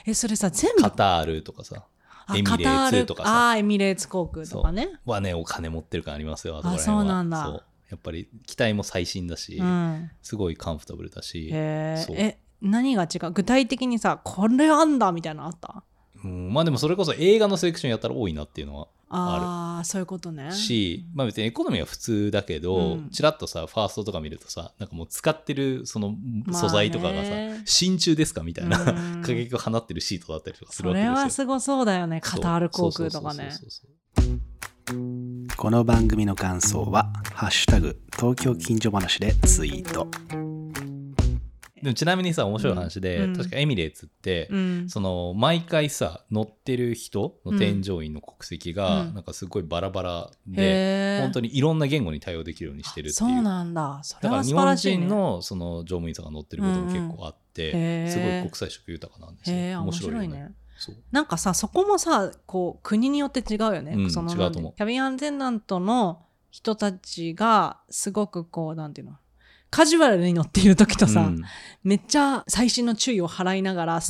Speaker 2: えそれさ全部
Speaker 1: カタールとかさ
Speaker 2: あ
Speaker 1: エミレーツ
Speaker 2: カタール
Speaker 1: とかさ
Speaker 2: あーエミレーツ航空とかね
Speaker 1: はねお金持ってる感ありますよとこら辺
Speaker 2: そうなんだ
Speaker 1: そうやっぱり機体も最新だし、
Speaker 2: うん
Speaker 1: すごいカンフォータブルだし、
Speaker 2: へー
Speaker 1: そう
Speaker 2: え何が違う具体的にさこれあんだみたいなのあった
Speaker 1: うん、まあでもそれこそ映画のセレクションやったら多いなっていうのは
Speaker 2: ああそういうことね
Speaker 1: し、まあ別にエコノミーは普通だけど、
Speaker 2: うん
Speaker 1: ちらっとさファーストとか見るとさなんかもう使ってるその
Speaker 2: まあね
Speaker 1: 素材とかがさ、真鍮ですかみたいな
Speaker 2: う ん
Speaker 1: 過激を放ってるシートだったりとかする
Speaker 2: そ
Speaker 1: わけ
Speaker 2: れは
Speaker 1: ですよ。
Speaker 2: すごそうだよねカタール航空とかね
Speaker 1: そうそうそうそうそう
Speaker 4: この番組の感想は「ハッシュタグ東京近所話」でツイート
Speaker 1: でもちなみにさ面白い話で、
Speaker 2: うん
Speaker 1: 確かエミレーツって、
Speaker 2: うん
Speaker 1: その毎回さ乗ってる人の添乗員の国籍が、
Speaker 2: うん
Speaker 1: なんかすごいバラバラで、
Speaker 2: へー
Speaker 1: 本当にいろんな言語に対応できるようにしてるっていう
Speaker 2: そうなんだそれ
Speaker 1: だから
Speaker 2: は
Speaker 1: 日
Speaker 2: 素晴
Speaker 1: 本
Speaker 2: らしい、ね、
Speaker 1: 人のその乗務員さんが乗ってることも結構あって、
Speaker 2: うんうんへー
Speaker 1: すごい国際色豊かなんですよ。
Speaker 2: へー面白い
Speaker 1: よ
Speaker 2: ね。
Speaker 1: そう
Speaker 2: なんかさそこもさこう国によって違うよね、
Speaker 1: うん
Speaker 2: その
Speaker 1: 違う
Speaker 2: なんて
Speaker 1: と思う
Speaker 2: キャビンアンテナントの人たちがすごくこうなんていうのカジュアルに乗っている時とさ、
Speaker 1: うん
Speaker 2: めっちゃ細心の注意を払いながら、
Speaker 1: うん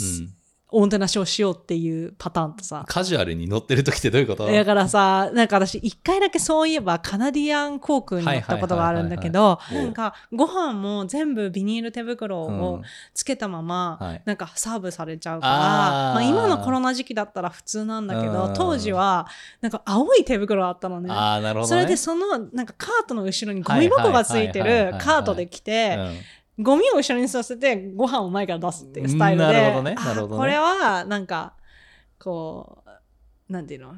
Speaker 2: おもてなしをしようっていうパターンとさ
Speaker 1: カジュアルに乗ってる時ってどういうこと
Speaker 2: だからさなんか私一回だけそういえばカナディアン航空に乗ったことがあるんだけど
Speaker 1: はいはいはいはい
Speaker 2: なんかご飯も全部ビニール手袋
Speaker 1: うん
Speaker 2: をつけたまま、
Speaker 1: はい
Speaker 2: なんかサーブされちゃうか
Speaker 1: あ
Speaker 2: ら
Speaker 1: ー
Speaker 2: まあ、今のコロナ時期だったら普通なんだけ
Speaker 1: う
Speaker 2: ど
Speaker 1: ん
Speaker 2: 当時はなんか青い手袋あったのね。
Speaker 1: ああなるほど、
Speaker 2: そ
Speaker 1: ね。
Speaker 2: れでそのなんかカートの後ろにゴミ箱がついて
Speaker 1: はいはいはいはい
Speaker 2: る
Speaker 1: はい
Speaker 2: カートで来て、ゴミを後ろにさせてご飯を前から出すっていうスタイルで
Speaker 1: うんなるほどね
Speaker 2: あ
Speaker 1: なるほどね
Speaker 2: これはなんかこうなんていうの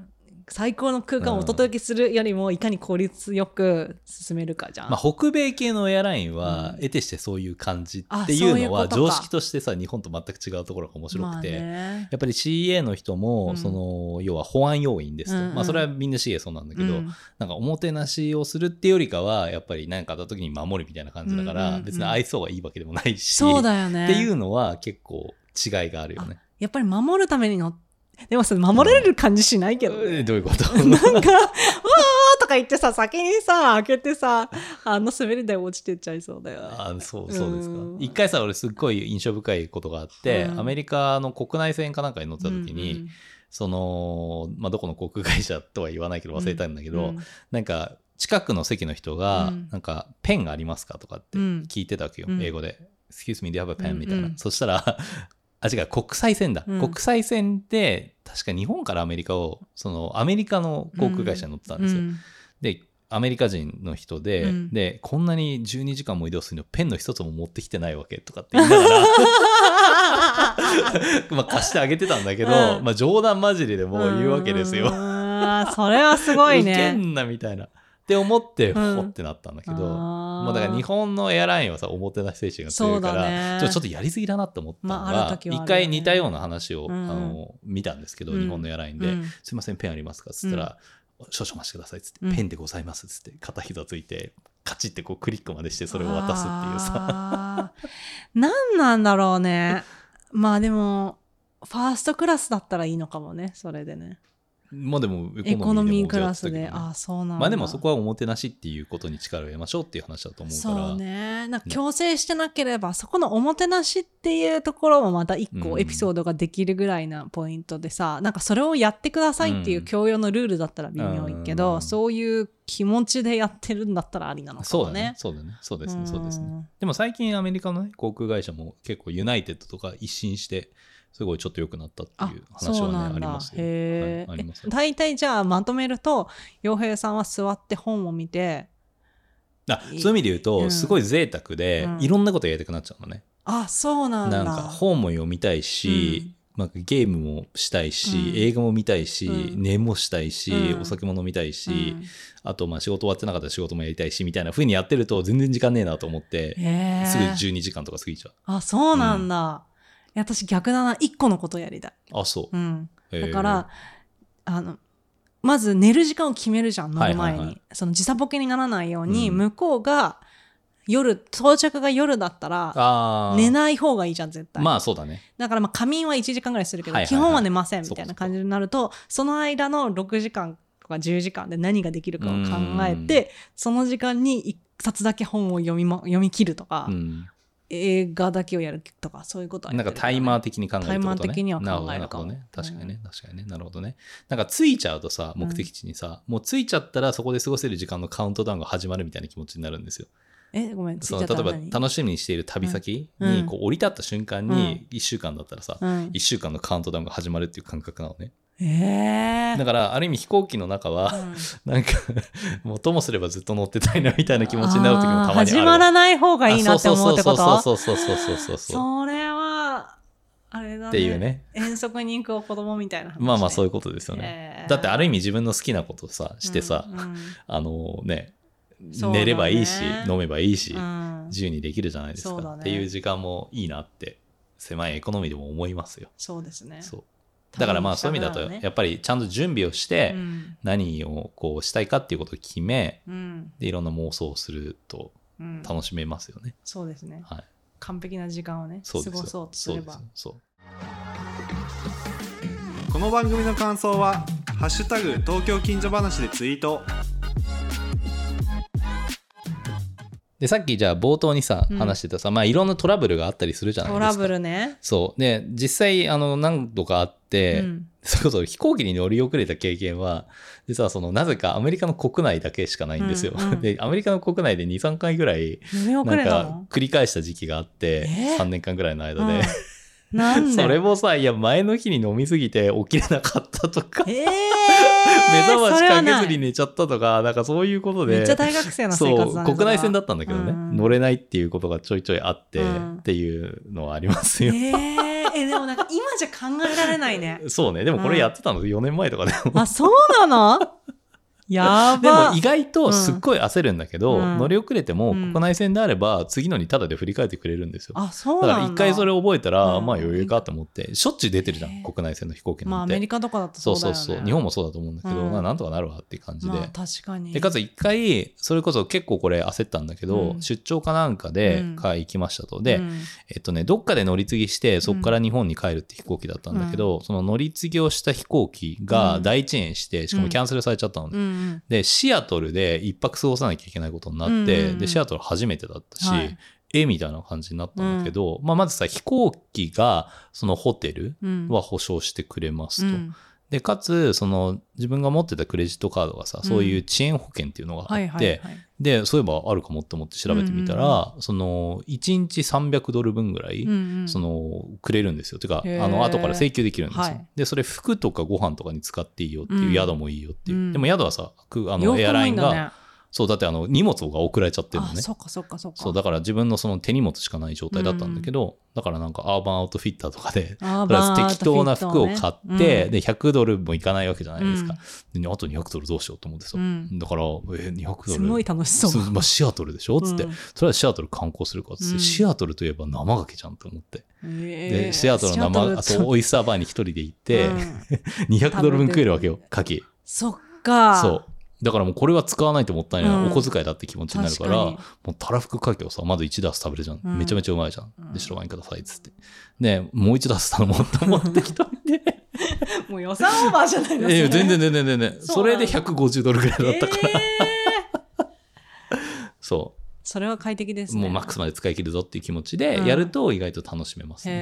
Speaker 2: 最高の空間をお届けするよりもいかに効率よく進めるかじゃ
Speaker 1: うん
Speaker 2: ん、
Speaker 1: まあ、北米系のエアラインは
Speaker 2: うん
Speaker 1: 得てしてそういう感じ
Speaker 2: あ
Speaker 1: っていう
Speaker 2: そういう
Speaker 1: の
Speaker 2: こ
Speaker 1: は
Speaker 2: とか
Speaker 1: 常識としてさ日本と全く違うところが面白くて、
Speaker 2: まあね
Speaker 1: やっぱり CA の人も、
Speaker 2: うん
Speaker 1: その要は保安要員ですと、
Speaker 2: うんうん
Speaker 1: まあ、それはみんな CA そうなんだけど、
Speaker 2: うん
Speaker 1: なんかおもてなしをするってよりかはやっぱり何かあった時に守るみたいな感じだから、
Speaker 2: うんうんうん
Speaker 1: 別に愛想はいいわけでもないし
Speaker 2: そうだよね
Speaker 1: っていうのは結構違いがあるよね。
Speaker 2: やっぱり守るためにのでもそれ守れる感じしないけどね、
Speaker 1: えどういうこと
Speaker 2: なんか、うわーとか言ってさ、先にさ、開けてさ、あの滑り台落ちてっちゃいそうだよね。
Speaker 1: あそうそうですか
Speaker 2: うん
Speaker 1: 一回さ俺すっごい印象深いことがあって、
Speaker 2: うん
Speaker 1: アメリカの国内線かなんかに乗ってた時に、
Speaker 2: うんうん
Speaker 1: その、まあ、どこの航空会社とは言わないけど忘れたんだけど、
Speaker 2: うん
Speaker 1: なんか近くの席の人が、
Speaker 2: うん
Speaker 1: なんかペンありますかとかって
Speaker 2: うん
Speaker 1: 聞いてたわけよ、
Speaker 2: うん
Speaker 1: 英語で「Excuse me, do you have a pen?」みたいな、
Speaker 2: うんうん
Speaker 1: そしたら あ違う国際線だ、
Speaker 2: うん
Speaker 1: 国際線 で確か日本からアメリカをそのアメリカの航空会社に乗ってたんですよ、
Speaker 2: うん
Speaker 1: でアメリカ人の人で、
Speaker 2: うん
Speaker 1: でこんなに12時間も移動するのペンの一つも持ってきてないわけとかって言いながら まあ貸してあげてたんだけど、
Speaker 2: うん
Speaker 1: まあ、冗談交じりでもう言うわけですよ。
Speaker 2: あーそれはすごい
Speaker 1: ウケ
Speaker 2: ね。
Speaker 1: んなみたいなって思って、
Speaker 2: うん
Speaker 1: ほってなったんだけど、
Speaker 2: あー
Speaker 1: まあ、だから日本のエアラインはさおもてなし精神が強いか
Speaker 2: そうだね
Speaker 1: ら、ちょちょっとやりすぎだなって思ったのが、
Speaker 2: まあある時
Speaker 1: 一
Speaker 2: はあるよね
Speaker 1: 回似たような話を、
Speaker 2: うんうん
Speaker 1: あの見たんですけど、
Speaker 2: うん
Speaker 1: 日本のエアラインで、
Speaker 2: うん
Speaker 1: すいませんペンありますか?」っつったら、少々お待ちください」っつって、
Speaker 2: うん
Speaker 1: ペンでございます」っつって片膝ついてカチってこうクリックまでしてそれを渡すっていうさ
Speaker 2: さ。何なんだろうね。まあでも、ファーストクラスだったらいいのかもね、それでね。
Speaker 1: まあでもエ
Speaker 2: エコノミークラス
Speaker 1: コノミー
Speaker 2: で。
Speaker 1: でも同じだったけどね
Speaker 2: ああ、そうなんだ。
Speaker 1: まあでもそこはおもてなしっていうことに力を入れましょうっていう話だと思うから
Speaker 2: そうね。なんか強制してなければ、そこのおもてなしっていうところもまた一
Speaker 1: う
Speaker 2: 個
Speaker 1: ん
Speaker 2: エピソードができるぐらいなポイントでさ、なんかそれをやってくださいっていう教養のルールだったら微妙いけど、
Speaker 1: うん
Speaker 2: そういう気持ちでやってるんだったらありなのか
Speaker 1: そうだ
Speaker 2: も
Speaker 1: ね
Speaker 2: ね。
Speaker 1: そうだねそうですね
Speaker 2: ん
Speaker 1: そうですね。でも最近アメリカの、ね、航空会社も結構ユナイテッドとか一新してすごいちょっと良くなったっていう話はねありますよ
Speaker 2: へ
Speaker 1: はいあります
Speaker 2: え。大体じゃあまとめると、洋平さんは座って本を見て、
Speaker 1: あそういう意味で言うと、
Speaker 2: うん
Speaker 1: すごい贅沢で、
Speaker 2: うん
Speaker 1: いろんなことやりたくなっちゃうのね
Speaker 2: あ、そうなん
Speaker 1: な
Speaker 2: だ。
Speaker 1: んか本も読みたいし、なんかゲームもしたいし、
Speaker 2: うん
Speaker 1: 映画も見たいし、
Speaker 2: うん
Speaker 1: 寝もしたいし、
Speaker 2: うん
Speaker 1: お酒も飲みたいし、
Speaker 2: うん
Speaker 1: あとまあ仕事終わってなかったら仕事もやりたいしみたいな風にやってると全然時間ねえなと思って、
Speaker 2: へえ
Speaker 1: すぐ12時間とか過ぎちゃう。
Speaker 2: あ、そうなんだ。いや私逆だな。一個のことやりたい。
Speaker 1: あそう
Speaker 2: う。ん。
Speaker 1: へえ
Speaker 2: だから、あのまず寝る時間を決めるじゃん乗る前に、
Speaker 1: はいはいはい
Speaker 2: その時差ボケにならないように、
Speaker 1: うん
Speaker 2: 向こうが夜到着が夜だったら
Speaker 1: あー
Speaker 2: 寝ない方がいいじゃん絶対、
Speaker 1: まあそうだね。
Speaker 2: だからまあ仮眠は1時間ぐらいするけど、
Speaker 1: はいはいは
Speaker 2: 基
Speaker 1: い
Speaker 2: 本は寝ませんみた
Speaker 1: そ
Speaker 2: いな
Speaker 1: っかそっか
Speaker 2: 感じになるとその間の6時間とか10時間で何ができるかを考えてその時間に一冊だけ本を読み,、ま、読み切るとか、
Speaker 1: うん、
Speaker 2: 映画だけをやるとかそういうことはや
Speaker 1: な
Speaker 2: っ
Speaker 1: んか
Speaker 2: てる
Speaker 1: タイマー的に考えるってことね。
Speaker 2: タイマー的には考えるか
Speaker 1: なるほ
Speaker 2: も
Speaker 1: どね。確かにね。確かにね。なるほどね。なんか着いちゃうとさ、目的地にさ、もう着いちゃったらそこで過ごせる時間のカウントダウンが始まるみたいな気持ちになるんですよ。
Speaker 2: えごめんついち
Speaker 1: そ
Speaker 2: ゃ
Speaker 1: の
Speaker 2: った
Speaker 1: 例
Speaker 2: 何
Speaker 1: えば楽しみにしている旅先
Speaker 2: うんう
Speaker 1: に
Speaker 2: ん
Speaker 1: こう降り立った瞬間に1週間だったらさ、
Speaker 2: うん
Speaker 1: 1週間のカウントダウンが始まるっていう感覚なのね
Speaker 2: え
Speaker 1: だ
Speaker 2: ー
Speaker 1: からある意味飛行機の中は、
Speaker 2: うん
Speaker 1: なんか もうともすればずっと乗ってたいなみたいな気持ちになる時もたまにある
Speaker 2: ー始まら
Speaker 1: な
Speaker 2: ない方がいいなって思うってこと
Speaker 1: そうそうそうそうそうそうそう
Speaker 2: それはあれだね
Speaker 1: っていうね
Speaker 2: 遠足に行くお子供みたいな話、
Speaker 1: まあまあそう
Speaker 2: う
Speaker 1: いうことですよね、
Speaker 2: ね
Speaker 1: だってあ
Speaker 2: れ
Speaker 1: る意味自分の好きなことさしてさ、
Speaker 2: うんうん
Speaker 1: あのね
Speaker 2: そうだ
Speaker 1: 寝
Speaker 2: ね
Speaker 1: ればいいし飲めばいいし、
Speaker 2: うん
Speaker 1: 自由にできるじゃないです
Speaker 2: そう
Speaker 1: か、
Speaker 2: だね
Speaker 1: っていう時間もいいなって狭いエコノミーでも思いますよ
Speaker 2: そうですね
Speaker 1: そう
Speaker 2: 多分
Speaker 1: だからまあそういう意味だ
Speaker 2: 下
Speaker 1: と
Speaker 2: だね
Speaker 1: やっぱりちゃんと準備をして
Speaker 2: うん
Speaker 1: 何をこうしたいかっていうことを決め
Speaker 2: うん
Speaker 1: でいろんな妄想をすると
Speaker 2: うん、
Speaker 1: 楽しめますよね。
Speaker 2: そうですね
Speaker 1: はい、
Speaker 2: 完璧な時間をね過
Speaker 1: そうですよ
Speaker 2: ごそうとす
Speaker 1: そう
Speaker 2: れ
Speaker 1: です
Speaker 2: ば
Speaker 1: よそう
Speaker 4: この番組の感想は「ハッシュタグ東京近所話」でツイート
Speaker 1: でさっきじゃあ冒頭にさ
Speaker 2: うん
Speaker 1: 話してたさ、まあいろんなトラブルがあったりするじゃないで
Speaker 2: ト
Speaker 1: すか。
Speaker 2: ラブルね
Speaker 1: そうで実際あの何度かあって、
Speaker 2: うん
Speaker 1: それこそ飛行機に乗り遅れた経験は実はそのなぜかアメリカの国内だけしかないんですよ。
Speaker 2: うんう ん
Speaker 1: でアメリカの国内で23回ぐらい
Speaker 2: 乗り遅
Speaker 1: な
Speaker 2: れ
Speaker 1: ん
Speaker 2: た
Speaker 1: か
Speaker 2: の
Speaker 1: 繰り返した時期があって、
Speaker 2: えー
Speaker 1: 3年間ぐらいの間で。
Speaker 2: うんなんで
Speaker 1: それもさ、いや、前の日に飲みすぎて起きれなかったとか、
Speaker 2: えー、
Speaker 1: 目覚ま
Speaker 2: そ
Speaker 1: し
Speaker 2: れは
Speaker 1: か
Speaker 2: ない
Speaker 1: けずに寝ちゃったとか、なんかそういうことで、
Speaker 2: めっちゃ大学生の生
Speaker 1: そ
Speaker 2: 活だ
Speaker 1: う、
Speaker 2: ね
Speaker 1: 国内線だ
Speaker 2: っ
Speaker 1: ったんだけどね、
Speaker 2: うん
Speaker 1: 乗れないっていうことがちょいちょいあって、
Speaker 2: うん
Speaker 1: っていうのはあります
Speaker 2: え
Speaker 1: よ。
Speaker 2: ー、えでもなんか今じゃ考えられな いね
Speaker 1: そうね、でもこれやってたの4年前とかでも。
Speaker 2: あ、そうなのや
Speaker 1: で
Speaker 2: ば。
Speaker 1: も意外とすっごい焦るんだけど、
Speaker 2: うん
Speaker 1: 乗り遅れても
Speaker 2: うん
Speaker 1: 国内線であれば次のにタダで振り返ってくれるんですよ。
Speaker 2: あ、そう
Speaker 1: だか
Speaker 2: なん
Speaker 1: ら
Speaker 2: だ。
Speaker 1: 一回それ覚えたら、
Speaker 2: うん
Speaker 1: まあ余裕かと思って、しょっちゅう出てるじゃ
Speaker 2: へ
Speaker 1: ん、
Speaker 2: ー
Speaker 1: 国内線の飛行機
Speaker 2: まあ
Speaker 1: な
Speaker 2: ア
Speaker 1: んて。
Speaker 2: メリカとかだと
Speaker 1: そ
Speaker 2: そううだ
Speaker 1: そ
Speaker 2: よ
Speaker 1: う
Speaker 2: ね。
Speaker 1: そう。日本もそうだと思うんだけど、
Speaker 2: うん
Speaker 1: まあなんとかなるわっていう感じで。
Speaker 2: まあ確かに。
Speaker 1: でかつ一回それこそ結構これ焦ったんだけど、
Speaker 2: うん
Speaker 1: 出張かなんかで
Speaker 2: うん
Speaker 1: か行きましたとで、
Speaker 2: うん
Speaker 1: えっとねどっかで乗り継ぎしてそこから日本に帰るって飛行機だったんだけど、その乗り継ぎをした飛行機が
Speaker 2: うん
Speaker 1: 大遅延してしかもキャンセルされちゃったのね、
Speaker 2: うんうん
Speaker 1: でシアトルで一泊過ごさなきゃいけないことになって、
Speaker 2: うんうんうん
Speaker 1: でシアトル初めてだったし、
Speaker 2: はい
Speaker 1: えみたいな感じになったんだけど、まあ、まずさ飛行機がそのホテル
Speaker 2: うん
Speaker 1: は保証してくれます
Speaker 2: う
Speaker 1: と。
Speaker 2: ん
Speaker 1: で、かつ、その、自分が持ってたクレジットカードがさ、
Speaker 2: うん
Speaker 1: そういう遅延保険っていうのがあ
Speaker 2: はい
Speaker 1: っ
Speaker 2: はいはい
Speaker 1: て、で、そういえばあるかもって思って調べてみたら、その、1日300ドル分ぐらい
Speaker 2: うん、うん
Speaker 1: その、くれるんですよ。てか、
Speaker 2: へー
Speaker 1: あの、後から請求できるんです
Speaker 2: は
Speaker 1: よ
Speaker 2: い。
Speaker 1: で、それ、服とかご飯とかに使っていいよって
Speaker 2: う
Speaker 1: い
Speaker 2: ん
Speaker 1: う、宿もいいよっていうう。
Speaker 2: ん
Speaker 1: でも宿はさ、くあ
Speaker 2: 洋
Speaker 1: の、
Speaker 2: 服
Speaker 1: エアライン
Speaker 2: もいいんだ
Speaker 1: が、
Speaker 2: ね
Speaker 1: そう、だってあの、荷物が送られちゃってるの
Speaker 2: あ
Speaker 1: ね。
Speaker 2: そっかそっかそっか
Speaker 1: そう、だから自分のその手荷物しかない状態だったんだけど、だからなんかアーバンアウトフィッターとかで、
Speaker 2: あー
Speaker 1: とりあ
Speaker 2: バー
Speaker 1: え
Speaker 2: ン
Speaker 1: ず適当な服を買
Speaker 2: アウ
Speaker 1: っ
Speaker 2: トフィット
Speaker 1: て、
Speaker 2: ね
Speaker 1: で、100ドルもいかないわけじゃないですか。であと200ドルどうしようと思ってさ。
Speaker 2: うん
Speaker 1: だから、えー、200ド
Speaker 2: うん
Speaker 1: ル。
Speaker 2: すごい楽し
Speaker 1: そ
Speaker 2: そう
Speaker 1: うまあ、シアトルでしょつって、
Speaker 2: う
Speaker 1: と
Speaker 2: ん
Speaker 1: りあえずシアトル観光するかっつって、
Speaker 2: うん
Speaker 1: シアトルといえば生ガキじゃんと思って、
Speaker 2: で
Speaker 1: でシアトルの生あとオイスターバーに一人で行って、200ドル分食えるわけよカキ
Speaker 2: そっか
Speaker 1: そうだからもうこれは使わないともったいない、
Speaker 2: うん
Speaker 1: お小遣いだって気持ちになるから
Speaker 2: 確かに
Speaker 1: もうたらふくカキをさまず1ダース食べるじゃん、
Speaker 2: うん
Speaker 1: めちゃめちゃうまいじゃん、
Speaker 2: うん
Speaker 1: で白ワインくださいっつってでもう1ダース頼もうと思 って一人で
Speaker 2: もう予算オーバーじゃないの
Speaker 1: ええ全然
Speaker 2: だ
Speaker 1: 全然全然
Speaker 2: そ
Speaker 1: そう
Speaker 2: な
Speaker 1: れ
Speaker 2: ん
Speaker 1: で
Speaker 2: だ
Speaker 1: 150ドルぐらいだったから、
Speaker 2: ら
Speaker 1: そ
Speaker 2: それは快適です
Speaker 1: う
Speaker 2: ね
Speaker 1: もうマックスまで使い切るぞっていう気持ちで
Speaker 2: うん
Speaker 1: やると意外と楽しめますね、
Speaker 2: へ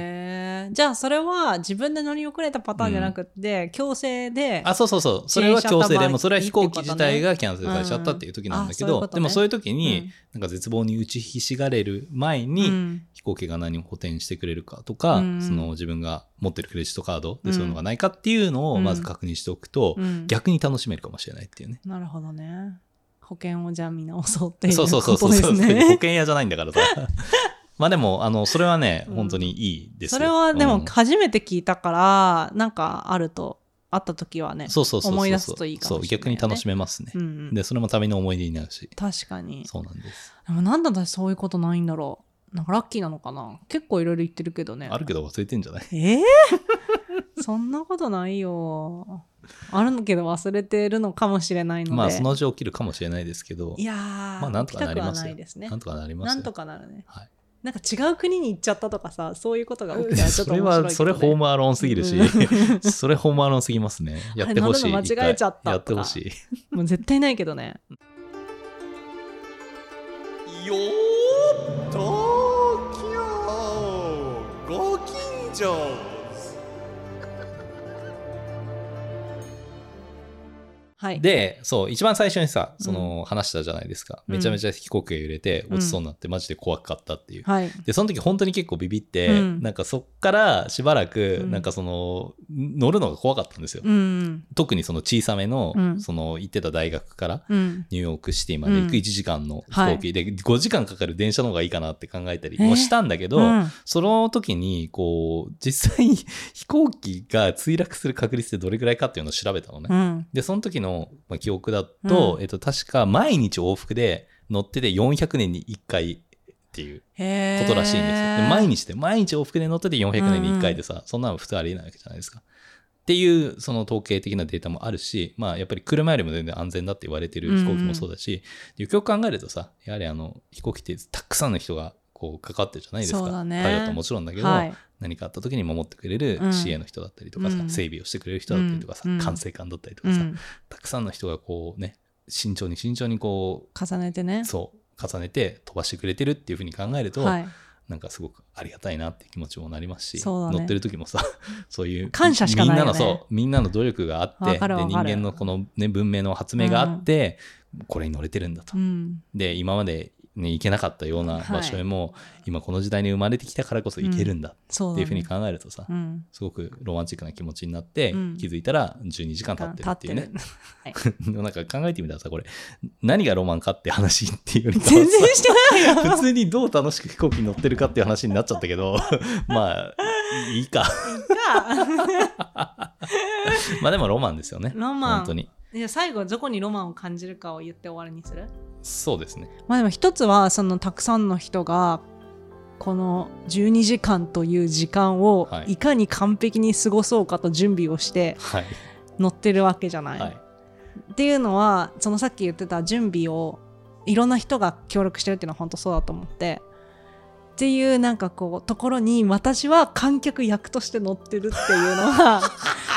Speaker 2: えじゃあそれは自分で乗り遅れたパターンじゃなくって、強制で
Speaker 1: あそうそうそうそれは強制で
Speaker 2: 自転車束
Speaker 1: もうそれは飛行機
Speaker 2: いいってこ
Speaker 1: 自
Speaker 2: とね
Speaker 1: 体がキャンセルされちゃったっていう時なんだけど、
Speaker 2: うんあそういうことね
Speaker 1: でもそういう時
Speaker 2: う
Speaker 1: に
Speaker 2: ん、
Speaker 1: なんか絶望に打ちひしがれる前
Speaker 2: う
Speaker 1: に、
Speaker 2: ん
Speaker 1: 飛行機が何を補填してくれるかとか、
Speaker 2: うん
Speaker 1: その自分が持ってるクレジットカード
Speaker 2: う
Speaker 1: で
Speaker 2: ん
Speaker 1: そういうのがないかっていうのをまず確認しておくと、
Speaker 2: うん
Speaker 1: 逆に楽しめるかもしれないっていうね。
Speaker 2: なるほどね保険をじゃあみんな襲っている
Speaker 1: そ
Speaker 2: こ
Speaker 1: うそうそうそ
Speaker 2: と
Speaker 1: う
Speaker 2: で
Speaker 1: そう、
Speaker 2: す
Speaker 1: 保
Speaker 2: ね
Speaker 1: 険屋じゃないんだからさ。まあでもあのそれはね、
Speaker 2: うん
Speaker 1: 本当にいいです
Speaker 2: そ
Speaker 1: よ
Speaker 2: れはで
Speaker 1: う
Speaker 2: も
Speaker 1: ん
Speaker 2: 初めて聞いたから、なんかあるとあった時はね
Speaker 1: そうそうそうそう
Speaker 2: 思い出すといいかもしれないね
Speaker 1: そう逆に楽しめますね、
Speaker 2: うんうん
Speaker 1: でそれも旅の思い出になるし
Speaker 2: 確かに
Speaker 1: そうなんです
Speaker 2: でもなんで私そういうことないんだろうなんかラッキーなのかな結構いろいろ言ってるけどね
Speaker 1: あるけど忘れてんじゃない
Speaker 2: ええ そんなことないよあるけど忘れてるのかもしれないので
Speaker 1: まあそのうち起きるかもしれないですけど
Speaker 2: いやー
Speaker 1: まあなんとかなります
Speaker 2: 起きたくはな
Speaker 1: よ
Speaker 2: いですね
Speaker 1: なんとかなります
Speaker 2: な
Speaker 1: よ
Speaker 2: んとかなるね、
Speaker 1: はい
Speaker 2: なんか違う国に行っちゃったとかさそういうことが起きたらちょっ
Speaker 1: そ
Speaker 2: と面白いけ
Speaker 1: れ
Speaker 2: ど、ね、
Speaker 1: は、それホームアローンすぎる し、それホームアローンすぎますね。やってほしい。
Speaker 2: あれなんだ間違えちゃっ
Speaker 1: 一回
Speaker 2: た
Speaker 1: やってほしい。
Speaker 2: もう絶対ないけどね
Speaker 3: よー東京ご近所
Speaker 2: はい
Speaker 1: で、そう、一番最初にさ、その話したじゃないですか。
Speaker 2: うん
Speaker 1: めちゃめちゃ飛行機が揺れて、
Speaker 2: うん
Speaker 1: 落ちそうになって、マジで怖かったっていう。
Speaker 2: はい
Speaker 1: で、その時本当に結構ビビって、
Speaker 2: うん
Speaker 1: なんかそっからしばらく
Speaker 2: う、ん
Speaker 1: なんかその、乗るのが怖かったんですよ。
Speaker 2: うん
Speaker 1: 特にその小さめの、
Speaker 2: うん
Speaker 1: その行ってた大学から。
Speaker 2: うん
Speaker 1: ニューヨークシティまで行く
Speaker 2: うん
Speaker 1: 1時間の飛行機で5時間かかる電車の方がいいかなって考えたり
Speaker 2: え
Speaker 1: も
Speaker 2: ー
Speaker 1: したんだけど、
Speaker 2: うん
Speaker 1: その時に、こう、実際に飛行機が墜落する確率ってどれぐらいかっていうのを調べたのね。
Speaker 2: うん
Speaker 1: で、その時のまあ記憶だと、
Speaker 2: う
Speaker 1: えっと、確か毎日往復で乗ってて400年に1回っていう
Speaker 2: へ
Speaker 1: こ
Speaker 2: ー
Speaker 1: とらしいんですよ。で毎日で、毎日往復で乗ってて400年に1回でさ、そんなの普通ありえないわけじゃないですか。っていう、その統計的なデータもあるし、まあ、やっぱり車よりも全然安全だって言われてる飛行機もそうだし、よくよく考えるとさ、やはりあの、飛行機ってたくさんの人が、こう、かかってるじゃないです
Speaker 2: そう
Speaker 1: か。
Speaker 2: だね
Speaker 1: パイロットももちろんだけど、
Speaker 2: はい
Speaker 1: 何かあった時に守ってくれる
Speaker 2: うん
Speaker 1: CA の人だったりとかさ、
Speaker 2: うん
Speaker 1: 整備をしてくれる人だったりとかさ、
Speaker 2: うん
Speaker 1: 管制官だったりと
Speaker 2: う
Speaker 1: かさ、
Speaker 2: ん、
Speaker 1: たくさんの人がこうね、慎重に慎重にこ
Speaker 2: 重ねてね
Speaker 1: う、そう、重ねて飛ばしてくれてるっていうふうに考えると、
Speaker 2: はい、
Speaker 1: なんかすごくありがたいなって気持ちもなりますし、
Speaker 2: そうだね
Speaker 1: 乗ってる時もさ、 そういう
Speaker 2: 感謝しかないよ
Speaker 1: み
Speaker 2: ね
Speaker 1: んなのそう、みんなの努力があって、
Speaker 2: わか
Speaker 1: で
Speaker 2: るわ
Speaker 1: 人
Speaker 2: かる
Speaker 1: 間のこの、ね、文明の発明があって、これに乗れてるんだと。
Speaker 2: うん、
Speaker 1: で、今まで、ね、行けなかったような場所へも、今この時代に生まれてきたからこそ行けるんだ
Speaker 2: そ
Speaker 1: っ
Speaker 2: うだ、
Speaker 1: てい
Speaker 2: ね、
Speaker 1: うふうに考えるとさ、
Speaker 2: うん、
Speaker 1: すごくロマンチックな気持ちになって、
Speaker 2: うん
Speaker 1: 気づいたら12時間経ってるっていうね。
Speaker 2: 立ってる
Speaker 1: でもなんか考えてみたらさ、これ、何がロマンかって話っていうよりかはさ
Speaker 2: 全然してないよ
Speaker 1: 普通にどう楽しく飛行機に乗ってるかっていう話になっちゃったけど、 まあ、いいか。 まあでもロマンですよね。
Speaker 2: ロマン
Speaker 1: 本当に。
Speaker 2: じゃあ最後どこにロマンを感じるかを言って終わりにする
Speaker 1: そうですね。
Speaker 2: まあでも一つはそのたくさんの人がこの12時間という時間を
Speaker 1: はい
Speaker 2: いかに完璧に過ごそうかと準備をして
Speaker 1: はい。
Speaker 2: 乗ってるわけじゃない。
Speaker 1: はい。
Speaker 2: っていうのはそのさっき言ってた準備をいろんな人が協力してるっていうのは本当そうだと思って。っていうなんかこうところに私は観客役として乗ってるっていうの は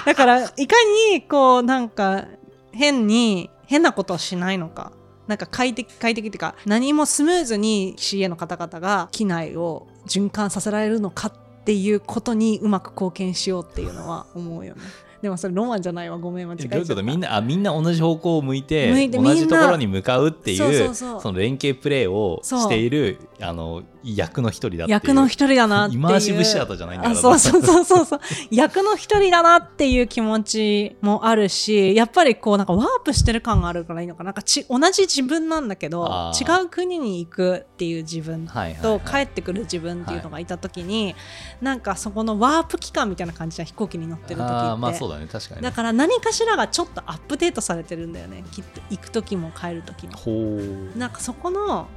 Speaker 2: だからいかにこうなんか変に変なことをしないのかなんか快適快適っていうか何もスムーズに CA の方々が機内を循環させられるのかっていうことにうまく貢献しようっていうのは思うよねでもそれロマンじゃないわごめん間違え
Speaker 1: え
Speaker 2: ちゃ
Speaker 1: どう
Speaker 2: った
Speaker 1: いうことみんな、あ、みんな同じ方向を向いて、
Speaker 2: 向いて
Speaker 1: 同じ
Speaker 2: みん
Speaker 1: と
Speaker 2: な
Speaker 1: ころに向かうっていう、
Speaker 2: そうそうそう
Speaker 1: の連携プレーをしている、あの、役の一人だっていう
Speaker 2: 役の一人だなっていう
Speaker 1: イマーシブシアターじゃないんだか
Speaker 2: あ
Speaker 1: ら
Speaker 2: そうそうそうそうそう役の一人だなっていう気持ちもあるしやっぱりこうなんかワープしてる感があるからいいのかななんかち同じ自分なんだけど
Speaker 1: あー
Speaker 2: 違う国に行くっていう自分
Speaker 1: はいはいは
Speaker 2: と
Speaker 1: い
Speaker 2: 帰ってくる自分っていうのがいた時に、なんかそこのワープ期間みたいな感じで飛行機に乗ってる時って
Speaker 1: あーまあそうだね確かにね
Speaker 2: だから何かしらがちょっとアップデートされてるんだよねきっと行く時も帰る時も。
Speaker 1: ほう
Speaker 2: なんかそこの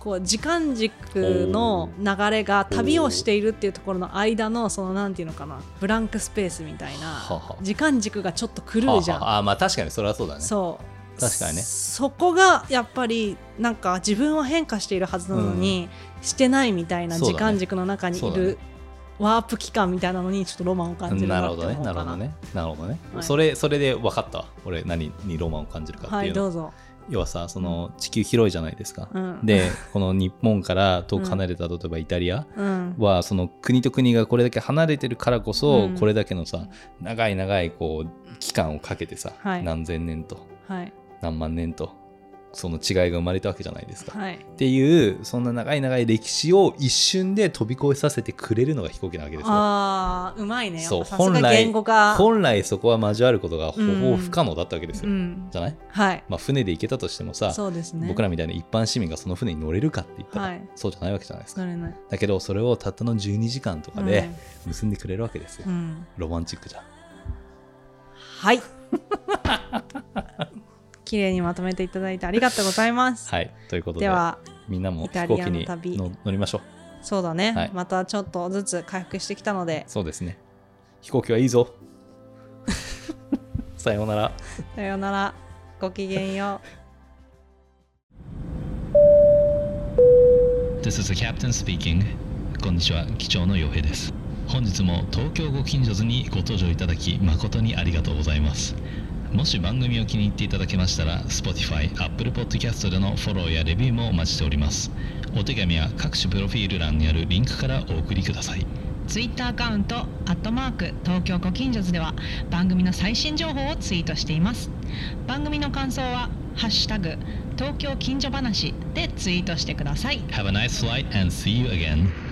Speaker 2: こう時間軸の流れが
Speaker 1: おー
Speaker 2: 旅をしているっていうところの間のそのなんていうのかなブランクスペースみたい
Speaker 1: は
Speaker 2: な
Speaker 1: は
Speaker 2: 時間軸がちょっと狂うじゃん。
Speaker 1: はあはあまあ確かにそれはそうだね
Speaker 2: そう
Speaker 1: 確かにね
Speaker 2: そこがやっぱりなんか自分は変化しているはずなのに、してないみたいな
Speaker 1: そうだ
Speaker 2: 時
Speaker 1: ね
Speaker 2: 間軸の中にい
Speaker 1: そうだね
Speaker 2: るワープ期間みたいなのにちょっとロマンを感じる
Speaker 1: なる
Speaker 2: なっ
Speaker 1: ほ
Speaker 2: て
Speaker 1: ど
Speaker 2: 思う
Speaker 1: ね
Speaker 2: か
Speaker 1: な
Speaker 2: な
Speaker 1: るほどねなるほどね、
Speaker 2: はい
Speaker 1: それそれで分かったわ俺何にロマンを感じるかっ
Speaker 2: は
Speaker 1: てい
Speaker 2: いう
Speaker 1: の、
Speaker 2: どうぞ、
Speaker 1: 要はさその地球広いじゃないですか、
Speaker 2: うん、
Speaker 1: でこの日本から遠く離れた、例えばイタリア
Speaker 2: うん、
Speaker 1: はその国と国がこれだけ離れてるからこそ、
Speaker 2: うん
Speaker 1: これだけのさ長い長いこう期間をかけてさ、
Speaker 2: はい
Speaker 1: 何千年と
Speaker 2: はい
Speaker 1: 何万年とその違いが生まれたわけじゃないですか。
Speaker 2: はい
Speaker 1: っていうそんな長い長い歴史を一瞬で飛び越えさせてくれるのが飛行機なわけですよ。
Speaker 2: ああうまいねやっ
Speaker 1: そう
Speaker 2: ぱさすが
Speaker 1: 本来
Speaker 2: 言語が
Speaker 1: 本来そこは交わることがほ
Speaker 2: う
Speaker 1: ぼ
Speaker 2: ん
Speaker 1: 不可能だったわけですよ。
Speaker 2: うん、
Speaker 1: じゃない、
Speaker 2: はい
Speaker 1: まあ、船で行けたとしてもさ、
Speaker 2: そうですね
Speaker 1: 僕らみたいな一般市民がその船に乗れるかって言ったら、
Speaker 2: はい
Speaker 1: そうじゃないわけじゃないですか
Speaker 2: そ。れね
Speaker 1: だけどそれをたったの12時間とかで結んでくれるわけですよ。
Speaker 2: うんうん
Speaker 1: ロマンチックじゃん。
Speaker 2: はい 綺麗にまとめていただいてありがとうございます、
Speaker 1: はい。ということで
Speaker 2: では
Speaker 1: みんなも
Speaker 2: イ
Speaker 1: 飛
Speaker 2: タ
Speaker 1: 行
Speaker 2: リア
Speaker 1: 機
Speaker 2: の
Speaker 1: に
Speaker 2: 旅
Speaker 1: の乗りましょう。
Speaker 2: そうだね、
Speaker 1: はい
Speaker 2: またちょっとずつ回復してきたので
Speaker 1: そうですね。飛行機はいい ぞ。さようなら。
Speaker 2: さようならごきげんよう
Speaker 1: This is the captain speaking. こんにちは、機長の洋平です。本日も東京ご近所図にご登場いただき誠にありがとうございます。もし番組を気に入っていただけましたら、Spotify、Apple Podcast でのフォローやレビューもお待ちしております。お手紙は各種プロフィール欄にあるリンクからお送りください。
Speaker 5: ツイッターアカウント「アットマーク東京ご近所図」では番組の最新情報をツイートしています番組の感想は「ハッシュタグ東京近所話」でツイートしてください
Speaker 1: Have a nice flight and see you again.